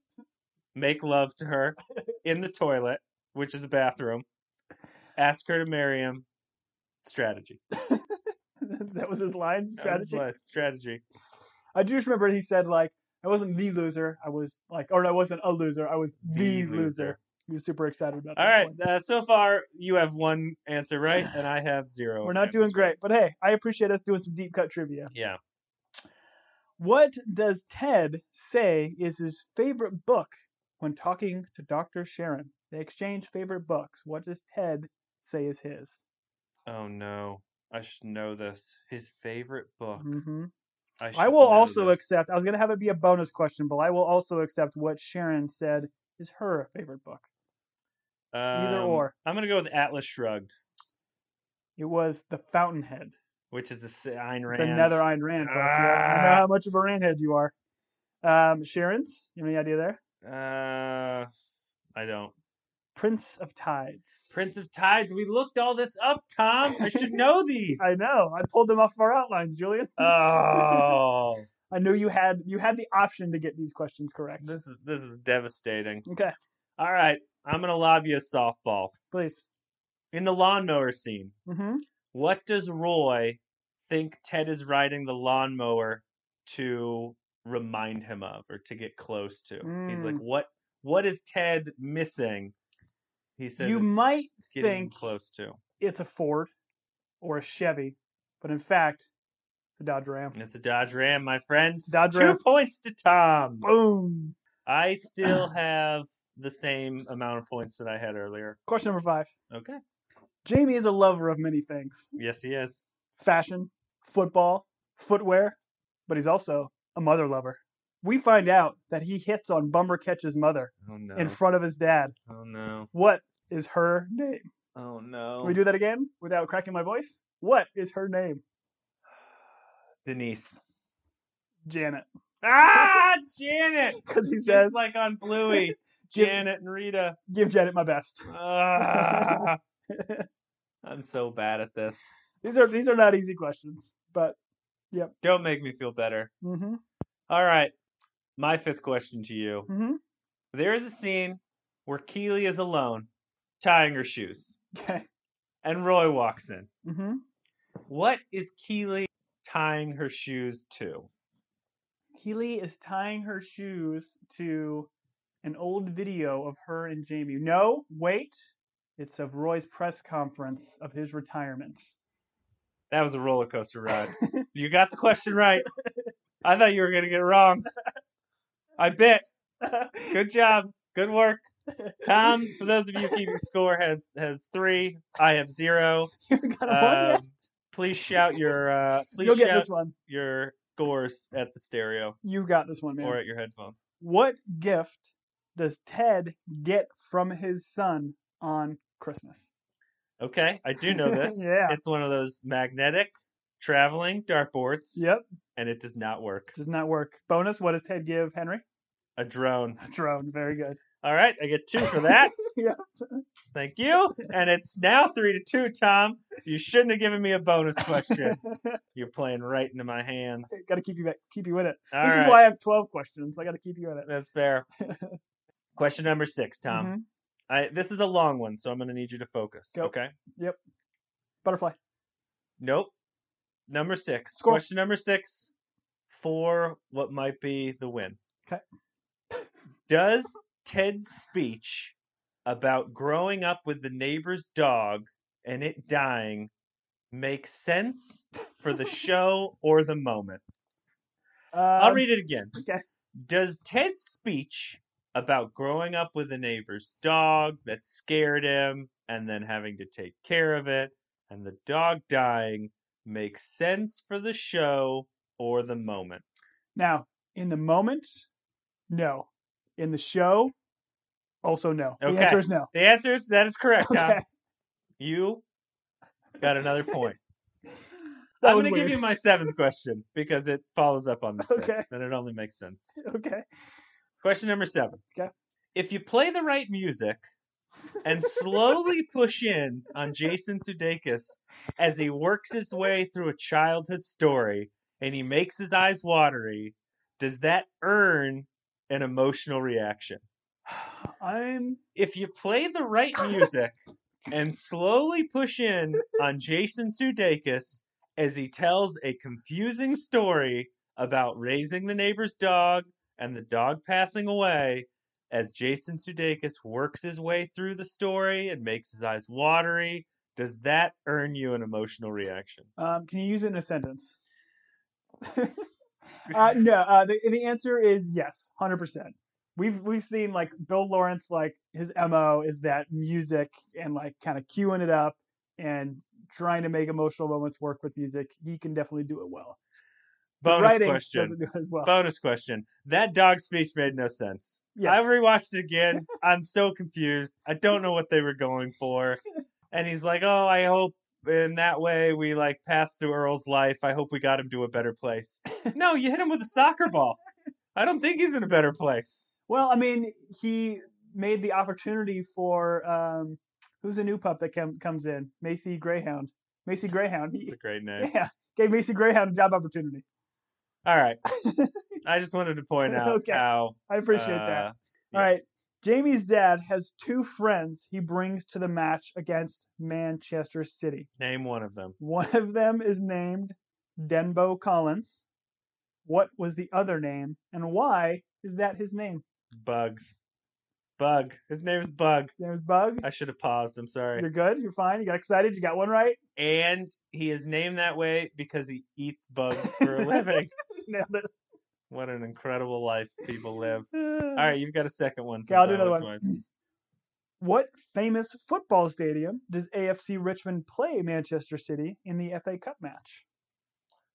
Speaker 1: make love to her in the toilet, which is a bathroom, ask her to marry him. Strategy.
Speaker 2: that was his line
Speaker 1: That was his
Speaker 2: strategy.
Speaker 1: plan. Strategy.
Speaker 2: I do just remember he said like I wasn't the loser. I was like, or I wasn't a loser. I was the, loser. He was super excited about.
Speaker 1: All
Speaker 2: that
Speaker 1: right.
Speaker 2: point.
Speaker 1: Uh, so far, you have one answer right, and I have zero.
Speaker 2: we're not
Speaker 1: answers
Speaker 2: doing
Speaker 1: right.
Speaker 2: great, but hey, I appreciate us doing some deep cut trivia.
Speaker 1: Yeah.
Speaker 2: What does Ted say is his favorite book when talking to Doctor Sharon? They exchange favorite books. What does Ted say is his?
Speaker 1: Oh no. I should know this. His favorite book.
Speaker 2: hmm
Speaker 1: I,
Speaker 2: I
Speaker 1: should
Speaker 2: will
Speaker 1: know
Speaker 2: also
Speaker 1: this.
Speaker 2: accept. I was gonna have it be a bonus question, but I will also accept what Sharon said is her favorite book. either
Speaker 1: Um,
Speaker 2: or.
Speaker 1: I'm gonna go with Atlas Shrugged,
Speaker 2: It was The Fountainhead.
Speaker 1: which is the s- Ayn Rand.
Speaker 2: It's another Ayn Rand book. yeah. I know
Speaker 1: Ah.
Speaker 2: how much of a Rand head you are. Um, Sharon's, you have any idea there?
Speaker 1: Uh, I don't.
Speaker 2: Prince of Tides.
Speaker 1: Prince of Tides. We looked all this up, Tom. I should know these.
Speaker 2: I know. I pulled them off of our outlines, Julian.
Speaker 1: Oh,
Speaker 2: I knew you had you had the option to get these questions correct.
Speaker 1: this is this is devastating.
Speaker 2: Okay,
Speaker 1: All right, I'm gonna lob you a softball
Speaker 2: please.
Speaker 1: in the lawnmower scene.
Speaker 2: Mm-hmm.
Speaker 1: What does Roy think Ted is riding the lawnmower to remind him of or to get close to? He's like,
Speaker 2: Mm.
Speaker 1: what What is Ted missing? He says,
Speaker 2: You
Speaker 1: it's
Speaker 2: might
Speaker 1: getting him
Speaker 2: think
Speaker 1: close to.
Speaker 2: it's a Ford or a Chevy, but in fact, it's a Dodge Ram.
Speaker 1: And it's a Dodge Ram, my friend.
Speaker 2: It's a Dodge
Speaker 1: Two
Speaker 2: Ram.
Speaker 1: points to Tom.
Speaker 2: Oh, Boom.
Speaker 1: I still have the same amount of points that I had earlier.
Speaker 2: Question number five.
Speaker 1: Okay.
Speaker 2: Jamie is a lover of many things.
Speaker 1: Yes, he is.
Speaker 2: fashion, football, footwear, but he's also a mother lover. We find out that he hits on Bumber Catch's mother
Speaker 1: Oh no.
Speaker 2: in front of his dad.
Speaker 1: oh no.
Speaker 2: What is her name?
Speaker 1: Oh no.
Speaker 2: Can we do that again without cracking my voice? What is her name?
Speaker 1: Denise.
Speaker 2: Janet.
Speaker 1: Ah, Janet.
Speaker 2: Because he
Speaker 1: Just
Speaker 2: says,
Speaker 1: like on Bluey,
Speaker 2: Give-
Speaker 1: Janet and Rita.
Speaker 2: give Janet my best.
Speaker 1: Ah, I'm so bad at this.
Speaker 2: These are these are not easy questions, but
Speaker 1: Don't make me feel better.
Speaker 2: hmm
Speaker 1: All right. My fifth question to you.
Speaker 2: hmm
Speaker 1: There is a scene where Keely is alone, tying her shoes,
Speaker 2: okay.
Speaker 1: and Roy walks in.
Speaker 2: hmm
Speaker 1: What is Keely tying her shoes to?
Speaker 2: Keely is tying her shoes to an old video of her and Jamie. No, wait. It's of Roy's press conference of his retirement.
Speaker 1: That was a roller coaster ride. you got the question right. I thought you were going to get it wrong. I bet. Good job. Good work. Tom, for those of you keeping score, has has three. I have zero.
Speaker 2: you got one yet?
Speaker 1: Um, please shout your uh, please
Speaker 2: You'll get
Speaker 1: shout
Speaker 2: this one.
Speaker 1: your scores at the stereo
Speaker 2: You got this one, man.
Speaker 1: or at your headphones.
Speaker 2: What gift does Ted get from his son on Christmas?
Speaker 1: Okay, I do know this.
Speaker 2: Yeah.
Speaker 1: it's one of those magnetic traveling dartboards,
Speaker 2: Yep,
Speaker 1: and it does not work.
Speaker 2: does not work. Bonus, what does Ted give Henry?
Speaker 1: A drone.
Speaker 2: A drone. Very good.
Speaker 1: All right, I get two for that.
Speaker 2: Yeah.
Speaker 1: Thank you. And it's now three to two, Tom. You shouldn't have given me a bonus question. You're playing right into my hands.
Speaker 2: Got to keep you back, keep you in it.
Speaker 1: All
Speaker 2: this is
Speaker 1: right.
Speaker 2: why I have twelve questions. I got to keep you in it.
Speaker 1: That's fair. Question number six, Tom.
Speaker 2: Mhm.
Speaker 1: I, this is a long one, so I'm going to need you to focus.
Speaker 2: Go.
Speaker 1: Okay.
Speaker 2: Butterfly.
Speaker 1: Nope. Number six.
Speaker 2: Squirrel.
Speaker 1: Question number six for what might be the win.
Speaker 2: 'Kay.
Speaker 1: Does Ted's speech about growing up with the neighbor's dog and it dying make sense for the show or the moment?
Speaker 2: Um,
Speaker 1: I'll read it again.
Speaker 2: okay.
Speaker 1: Does Ted's speech about growing up with a neighbor's dog that scared him and then having to take care of it and the dog dying make sense for the show or the moment?
Speaker 2: now. In the moment, no. In the show, also no. The
Speaker 1: Okay.
Speaker 2: answer is no.
Speaker 1: The answer is that is correct, Tom.
Speaker 2: Okay.
Speaker 1: You got another point.
Speaker 2: That
Speaker 1: I'm
Speaker 2: was
Speaker 1: going to give
Speaker 2: weird.
Speaker 1: you my seventh question because it follows up on the sixth
Speaker 2: Okay.
Speaker 1: and it only makes sense.
Speaker 2: Okay.
Speaker 1: Question number seven.
Speaker 2: Okay.
Speaker 1: If you play the right music and slowly push in on Jason Sudeikis as he works his way through a childhood story and he makes his eyes watery, does that earn an emotional reaction?
Speaker 2: I'm
Speaker 1: If you play the right music and slowly push in on Jason Sudeikis as he tells a confusing story about raising the neighbor's dog and the dog passing away, as Jason Sudeikis works his way through the story and makes his eyes watery, does that earn you an emotional reaction?
Speaker 2: Um, can you use it in a sentence? uh, no. Uh, the, the answer is yes, hundred percent. We've we've seen like Bill Lawrence, like his mo is that music and like kind of queuing it up and trying to make emotional moments work with music. He can definitely do it well. The
Speaker 1: Bonus
Speaker 2: writing
Speaker 1: question.
Speaker 2: doesn't do it as well.
Speaker 1: Bonus question. That dog speech made no sense.
Speaker 2: yes.
Speaker 1: I rewatched it again. I'm so confused. I don't know what they were going for. And he's like, "Oh, I hope in that way we like passed through Earl's life. I hope we got him to a better place." No, you hit him with a soccer ball. I don't think he's in a better place.
Speaker 2: well, I mean, he made the opportunity for um, who's a new pup that com- comes in, Macy Greyhound. Macy Greyhound. He,
Speaker 1: It's a great name.
Speaker 2: yeah, gave Macy Greyhound a job opportunity.
Speaker 1: All right. I just wanted to point out
Speaker 2: Okay.
Speaker 1: how
Speaker 2: I appreciate that.
Speaker 1: uh,
Speaker 2: All
Speaker 1: Yeah.
Speaker 2: right. Jamie's dad has two friends he brings to the match against Manchester City.
Speaker 1: name one of them.
Speaker 2: One of them is named Denbo Collins. What was the other name, and why is that his name?
Speaker 1: Bugs. Bug. His name is Bug.
Speaker 2: His name is Bug.
Speaker 1: I should have paused. I'm sorry.
Speaker 2: You're good. You're fine. You got excited. You got one right.
Speaker 1: And he is named that way because he eats bugs for a living.
Speaker 2: Nailed it.
Speaker 1: What an incredible life people live.
Speaker 2: All
Speaker 1: All right, you've got a second one.
Speaker 2: Okay, I'll
Speaker 1: since
Speaker 2: do
Speaker 1: I
Speaker 2: another
Speaker 1: went
Speaker 2: one.
Speaker 1: twice.
Speaker 2: What famous football stadium does AFC Richmond play Manchester City in the FA Cup match?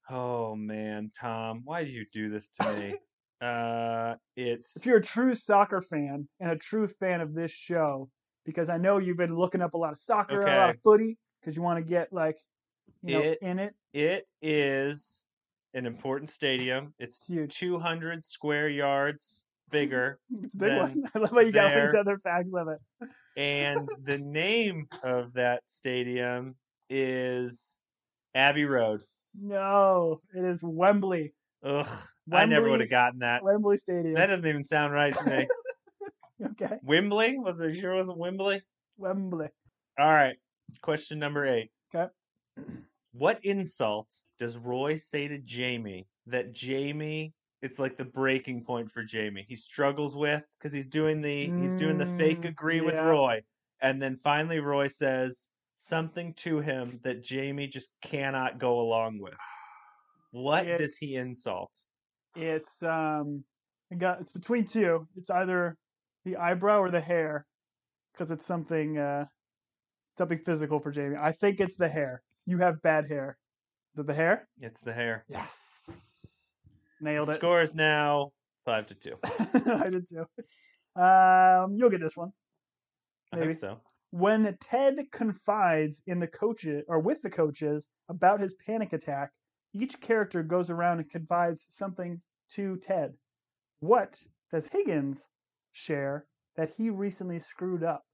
Speaker 1: Oh man, Tom, why did you do this to me? uh, it's
Speaker 2: if you're a true soccer fan and a true fan of this show, because I know you've been looking up a lot of soccer, a lot of
Speaker 1: Okay.
Speaker 2: footy, because you want to get like you know
Speaker 1: It-
Speaker 2: in it.
Speaker 1: it is an important stadium. It's
Speaker 2: It's huge.
Speaker 1: 200 square yards bigger,
Speaker 2: It's a big one.
Speaker 1: then
Speaker 2: I love how you got all these
Speaker 1: there-
Speaker 2: other facts of it.
Speaker 1: and the name of that stadium is Abbey Road.
Speaker 2: No, it is Wembley,
Speaker 1: Ugh, I never would
Speaker 2: Wembley-
Speaker 1: have gotten that.
Speaker 2: Wembley Stadium.
Speaker 1: That doesn't even sound right to me.
Speaker 2: okay,
Speaker 1: Wembley? Was it sure it wasn't Wembley?
Speaker 2: Wembley.
Speaker 1: All right. Question number eight.
Speaker 2: 'Kay.
Speaker 1: What insult does Roy say to Jamie that Jamie it's like the breaking point for Jamie. He struggles with because he's doing the he's doing the fake
Speaker 2: Mm,
Speaker 1: agree with
Speaker 2: yeah.
Speaker 1: Roy. And then finally Roy says something to him that Jamie just cannot go along with. What does he
Speaker 2: It's-
Speaker 1: insult?
Speaker 2: It's um, I got it's between two. It's either the eyebrow or the hair, because it's something uh, something physical for Jamie. I think it's the hair. You have bad hair. Is it the hair?
Speaker 1: It's the hair.
Speaker 2: Yes. Nailed
Speaker 1: the
Speaker 2: it.
Speaker 1: score is now five to two.
Speaker 2: I did too. Um, you'll get this one.
Speaker 1: I
Speaker 2: Maybe.
Speaker 1: think so.
Speaker 2: When Ted confides in the coaches or with the coaches about his panic attack, each character goes around and confides something to Ted. What does Higgins share that he recently screwed up.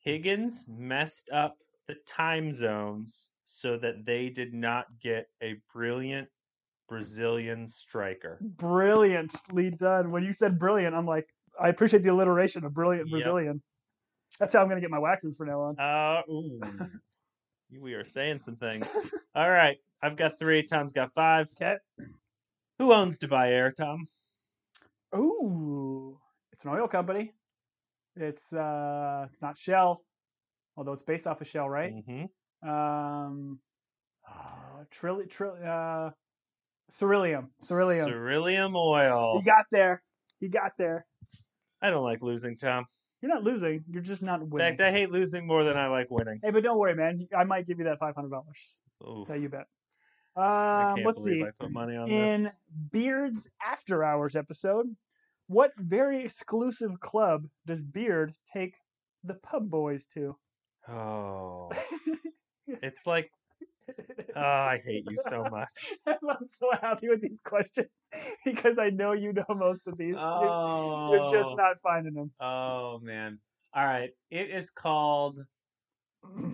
Speaker 1: Higgins messed up the time zones so that they did not get a brilliant Brazilian striker.
Speaker 2: Brilliantly done. When you said brilliant, I'm like, I appreciate the alliteration of brilliant
Speaker 1: Yep.
Speaker 2: Brazilian. That's how I'm going to get my waxes from now on.
Speaker 1: Uh, ooh. we are saying some things. All right. I've got three. Tom's got five.
Speaker 2: Okay.
Speaker 1: Who owns Dubai Air, Tom?
Speaker 2: Ooh, it's an oil company. It's uh, it's not Shell, although it's based off of Shell, right?
Speaker 1: Mm-hmm.
Speaker 2: Um, oh, Trilli, Trilli, uh, Cerillium, Cerillium.
Speaker 1: Cerillium Oil.
Speaker 2: You got there. You got there.
Speaker 1: I don't like losing, Tom.
Speaker 2: You're not losing. You're just not
Speaker 1: In
Speaker 2: winning.
Speaker 1: fact, I hate losing more than I like winning.
Speaker 2: hey, but don't worry, man. I might give you that five hundred dollars
Speaker 1: Oof,
Speaker 2: that you bet.
Speaker 1: I
Speaker 2: Um,
Speaker 1: can't
Speaker 2: let's
Speaker 1: believe
Speaker 2: see.
Speaker 1: I put money on
Speaker 2: in
Speaker 1: this.
Speaker 2: Beard's After Hours episode, what very exclusive club does Beard take the pub boys to?
Speaker 1: Oh, it's like oh, I hate you so much.
Speaker 2: I'm so happy with these questions because I know you know most of these. You're-
Speaker 1: Oh,
Speaker 2: You're just not finding them.
Speaker 1: Oh man. All right. It is called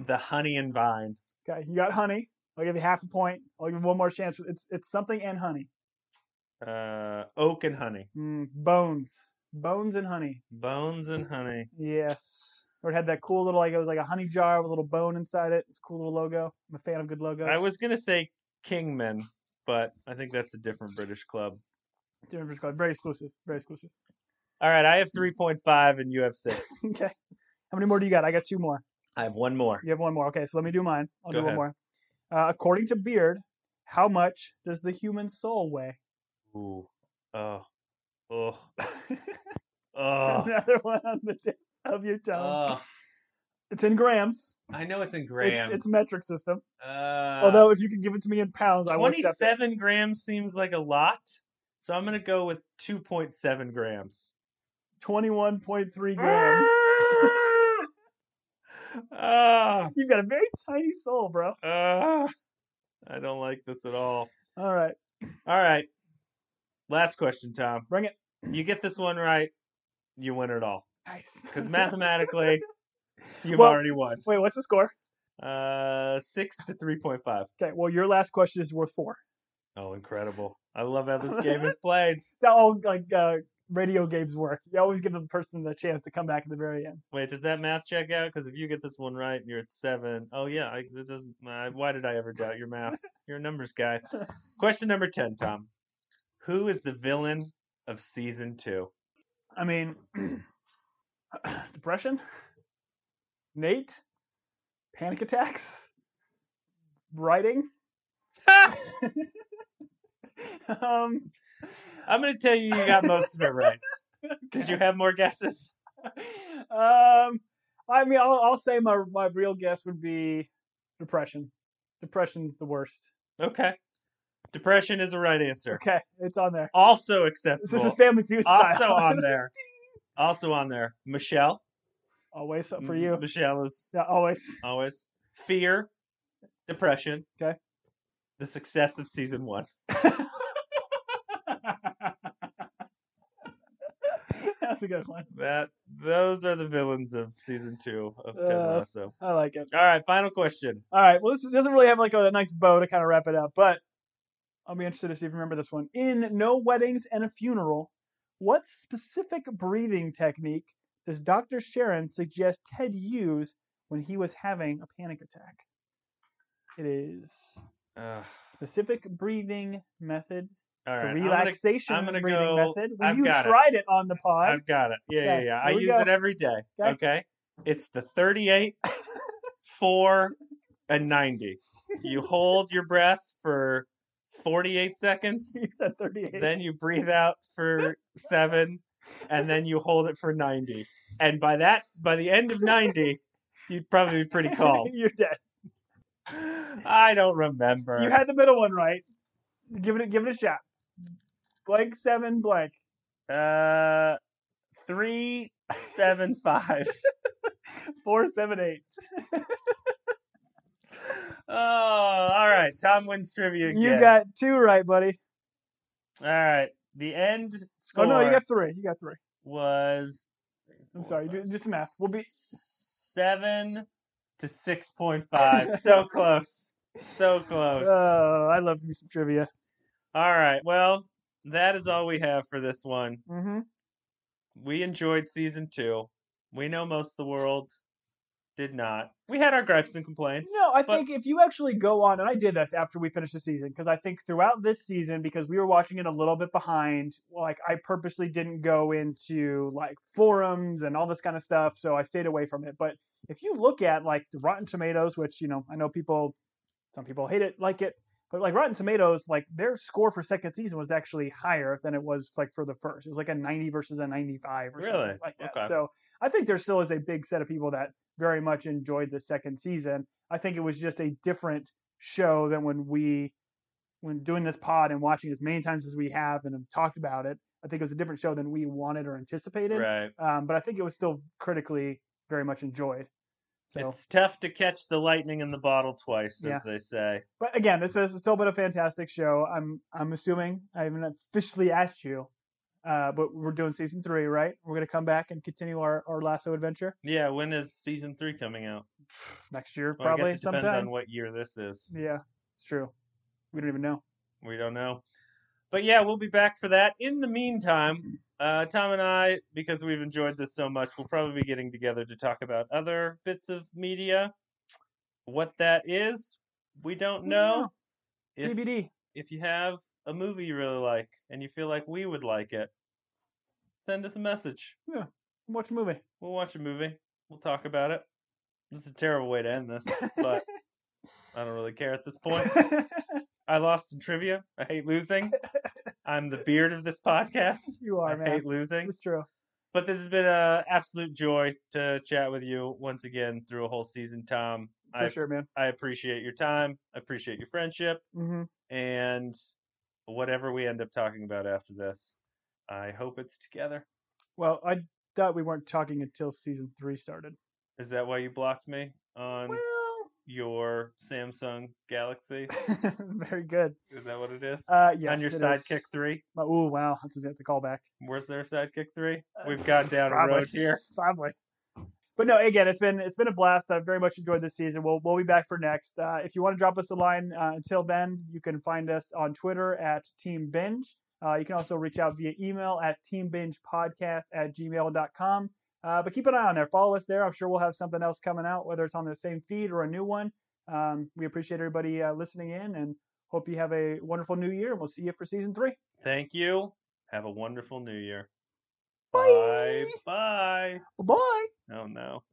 Speaker 1: the Honey and Vine.
Speaker 2: Okay, you got honey. I'll give you half a point. I'll give you one more chance. It's it's something and honey.
Speaker 1: Uh, oak and honey,
Speaker 2: Mm, bones, bones and honey.
Speaker 1: bones and honey.
Speaker 2: Yes. Or it had that cool little like it was like a honey jar with a little bone inside it. It's a cool little logo. I'm a fan of good logos.
Speaker 1: I was gonna say Kingman, but I think that's a different British club.
Speaker 2: Different British club. Very exclusive. Very exclusive.
Speaker 1: All right, I have
Speaker 2: Mm.
Speaker 1: three point five and you have six.
Speaker 2: Okay. How many more do you got? I got two more.
Speaker 1: I have one more.
Speaker 2: You have one more. Okay, so let me do mine. I'll
Speaker 1: Go
Speaker 2: do one more. Uh, according to Beard, how much does the human soul weigh?
Speaker 1: Ooh. Oh. Oh. Oh.
Speaker 2: Another one on the tip of your tongue.
Speaker 1: oh.
Speaker 2: it's in grams.
Speaker 1: I know it's in grams.
Speaker 2: It's, it's metric system.
Speaker 1: uh,
Speaker 2: Although Oh, if you can give it to me in pounds, I will accept it.
Speaker 1: 27 grams seems like a lot. So I'm going to go with 2.7 grams.
Speaker 2: Twenty-one point three grams.
Speaker 1: Ah,
Speaker 2: You've got a very tiny soul, bro.
Speaker 1: ah. I don't like this at all.
Speaker 2: All right.
Speaker 1: All right. Last question, Tom.
Speaker 2: Bring it.
Speaker 1: You get this one right, you win it all.
Speaker 2: Nice.
Speaker 1: Because mathematically, you've
Speaker 2: Well-
Speaker 1: already won.
Speaker 2: Wait, what's the score?
Speaker 1: Uh, 6 to 3.5.
Speaker 2: Okay, well, your last question is worth four.
Speaker 1: Oh, incredible. I love how this game is played.
Speaker 2: It's how all like uh, radio games work. You always give the person the chance to come back at the very end.
Speaker 1: Wait, does that math check out? Because if you get this one right, you're at seven. Oh yeah, I, that doesn't. I, why did I ever doubt your math? You're a numbers guy. Question number ten, Tom. Who is the villain of season two?
Speaker 2: I mean, depression, Nate, panic attacks, writing. um,
Speaker 1: I'm going to tell you, you got most of it right. Did you have more guesses?
Speaker 2: um, I mean, I'll, I'll say my my real guess would be depression. Depression's the worst.
Speaker 1: Okay. Depression is the right answer.
Speaker 2: Okay, it's on there.
Speaker 1: Also
Speaker 2: This
Speaker 1: acceptable.
Speaker 2: is Family Feud style.
Speaker 1: also on there. Also on there. Michelle.
Speaker 2: always up for you.
Speaker 1: Michelle is
Speaker 2: Yeah, always.
Speaker 1: always fear, depression.
Speaker 2: Okay.
Speaker 1: The success of season one.
Speaker 2: That's a good one.
Speaker 1: That those are the villains of season two of Ted
Speaker 2: Uh.
Speaker 1: Lasso.
Speaker 2: I like it.
Speaker 1: All right, final question.
Speaker 2: All right. Well, this doesn't really have like a nice bow to kind of wrap it up, but I'll be interested to see if you remember this one. In No Weddings and a Funeral, what specific breathing technique does Dr. Sharon suggest Ted use when he was having a panic attack? It is
Speaker 1: Uh,
Speaker 2: specific breathing method.
Speaker 1: all
Speaker 2: It's
Speaker 1: right,
Speaker 2: a
Speaker 1: I'm gonna-
Speaker 2: relaxation
Speaker 1: I'm gonna
Speaker 2: breathing
Speaker 1: go-
Speaker 2: method. We
Speaker 1: I've
Speaker 2: you
Speaker 1: got it.
Speaker 2: tried it. on the pod.
Speaker 1: I've got it. Yeah,
Speaker 2: Okay,
Speaker 1: yeah, yeah. I
Speaker 2: here we
Speaker 1: use
Speaker 2: go.
Speaker 1: it every day.
Speaker 2: Okay.
Speaker 1: Okay. It's the 38, 4, and 90. You hold your breath for 48 seconds,
Speaker 2: you said 38.
Speaker 1: then you breathe out for 7, and then you hold it for 90. And by that, by the end of 90, you'd probably be pretty calm.
Speaker 2: You're dead.
Speaker 1: I don't remember.
Speaker 2: You had the middle one right. Give it a, give it a shot. Blank seven blank.
Speaker 1: Uh, three seven five.
Speaker 2: Four seven eight.
Speaker 1: oh, all right. Tom wins trivia again.
Speaker 2: You got two right, buddy.
Speaker 1: all right. The end
Speaker 2: Oh
Speaker 1: score
Speaker 2: no, you got three. You got three.
Speaker 1: was
Speaker 2: I'm sorry, do- just math. We'll be-
Speaker 1: seven to six point five. so close.
Speaker 2: Uh,
Speaker 1: So close.
Speaker 2: Oh, I love me some trivia.
Speaker 1: all right. Well, that is all we have for this one.
Speaker 2: Mm-hmm.
Speaker 1: We enjoyed season two. We know most of the world did not. We had our gripes and complaints.
Speaker 2: No, I
Speaker 1: But-
Speaker 2: think if you actually go on, and I did this after we finished the season, because I think throughout this season, because we were watching it a little bit behind, like I purposely didn't go into like forums and all this kind of stuff, so I stayed away from it. But if you look at like the Rotten Tomatoes, which you know I know people, some people hate it, like it, but like Rotten Tomatoes, like their score for second season was actually higher than it was like for the first. It was like a ninety versus a ninety-five or
Speaker 1: Really?
Speaker 2: something like that.
Speaker 1: Okay.
Speaker 2: So I think there still is a big set of people that very much enjoyed the second season. I think it was just a different show than when we when doing this pod and watching as many times as we have and have talked about it. I think it was a different show than we wanted or anticipated.
Speaker 1: Right.
Speaker 2: Um, but I think it was still critically very much enjoyed. So,
Speaker 1: It's tough to catch the lightning in the bottle twice,
Speaker 2: Yeah.
Speaker 1: as they say.
Speaker 2: but again, this has still been a fantastic show. I'm I'm assuming I haven't officially asked you, uh, but we're doing season three, right? We're gonna come back and continue our, our lasso adventure
Speaker 1: Yeah, when is season three coming out?
Speaker 2: next year,
Speaker 1: Well,
Speaker 2: probably
Speaker 1: I guess it depends
Speaker 2: sometime.
Speaker 1: on what year this is.
Speaker 2: Yeah, it's true. We don't even know.
Speaker 1: We don't know. But yeah, we'll be back for that. In the meantime, uh, Tom and I, because we've enjoyed this so much, we'll probably be getting together to talk about other bits of media. What that is, we don't know.
Speaker 2: Yeah.
Speaker 1: If,
Speaker 2: TBD.
Speaker 1: if you have a movie you really like and you feel like we would like it, send us a message.
Speaker 2: Watch a movie.
Speaker 1: We'll watch a movie. We'll talk about it. This is a terrible way to end this, but I don't really care at this point. I lost in trivia. I hate losing. I'm the beard of this podcast.
Speaker 2: you
Speaker 1: I
Speaker 2: are, man.
Speaker 1: hate losing.
Speaker 2: It's true.
Speaker 1: But this has been an absolute joy to chat with you once again through a whole season, Tom.
Speaker 2: For
Speaker 1: I,
Speaker 2: sure, man.
Speaker 1: I appreciate your time. I appreciate your friendship.
Speaker 2: hmm
Speaker 1: And whatever we end up talking about after this, I hope it's together.
Speaker 2: Well, I thought we weren't talking until season three started.
Speaker 1: Is that why you blocked me on
Speaker 2: Well,
Speaker 1: your Samsung Galaxy?
Speaker 2: very good.
Speaker 1: Is that what it is?
Speaker 2: Uh, yes,
Speaker 1: on your
Speaker 2: it is.
Speaker 1: Sidekick 3?
Speaker 2: Oh wow, that's a, that's a callback.
Speaker 1: Where's their Sidekick 3?
Speaker 2: Uh,
Speaker 1: We've gone down a
Speaker 2: probably.
Speaker 1: road here.
Speaker 2: Probably. But no, again, it's been it's been a blast. I've very much enjoyed this season. We'll we'll be back for next. Uh, if you want to drop us a line, uh, until then, you can find us on Twitter at Team Binge. Uh, you can also reach out via email at teambingepodcast at gmail.com. Uh, but keep an eye on there. Follow us there. I'm sure we'll have something else coming out, whether it's on the same feed or a new one. Um, we appreciate everybody uh, listening in and hope you have a wonderful new year. And we'll see you for season three.
Speaker 1: Thank you. Have a wonderful new year.
Speaker 2: Bye.
Speaker 1: Bye. Bye.
Speaker 2: Bye.
Speaker 1: Oh no.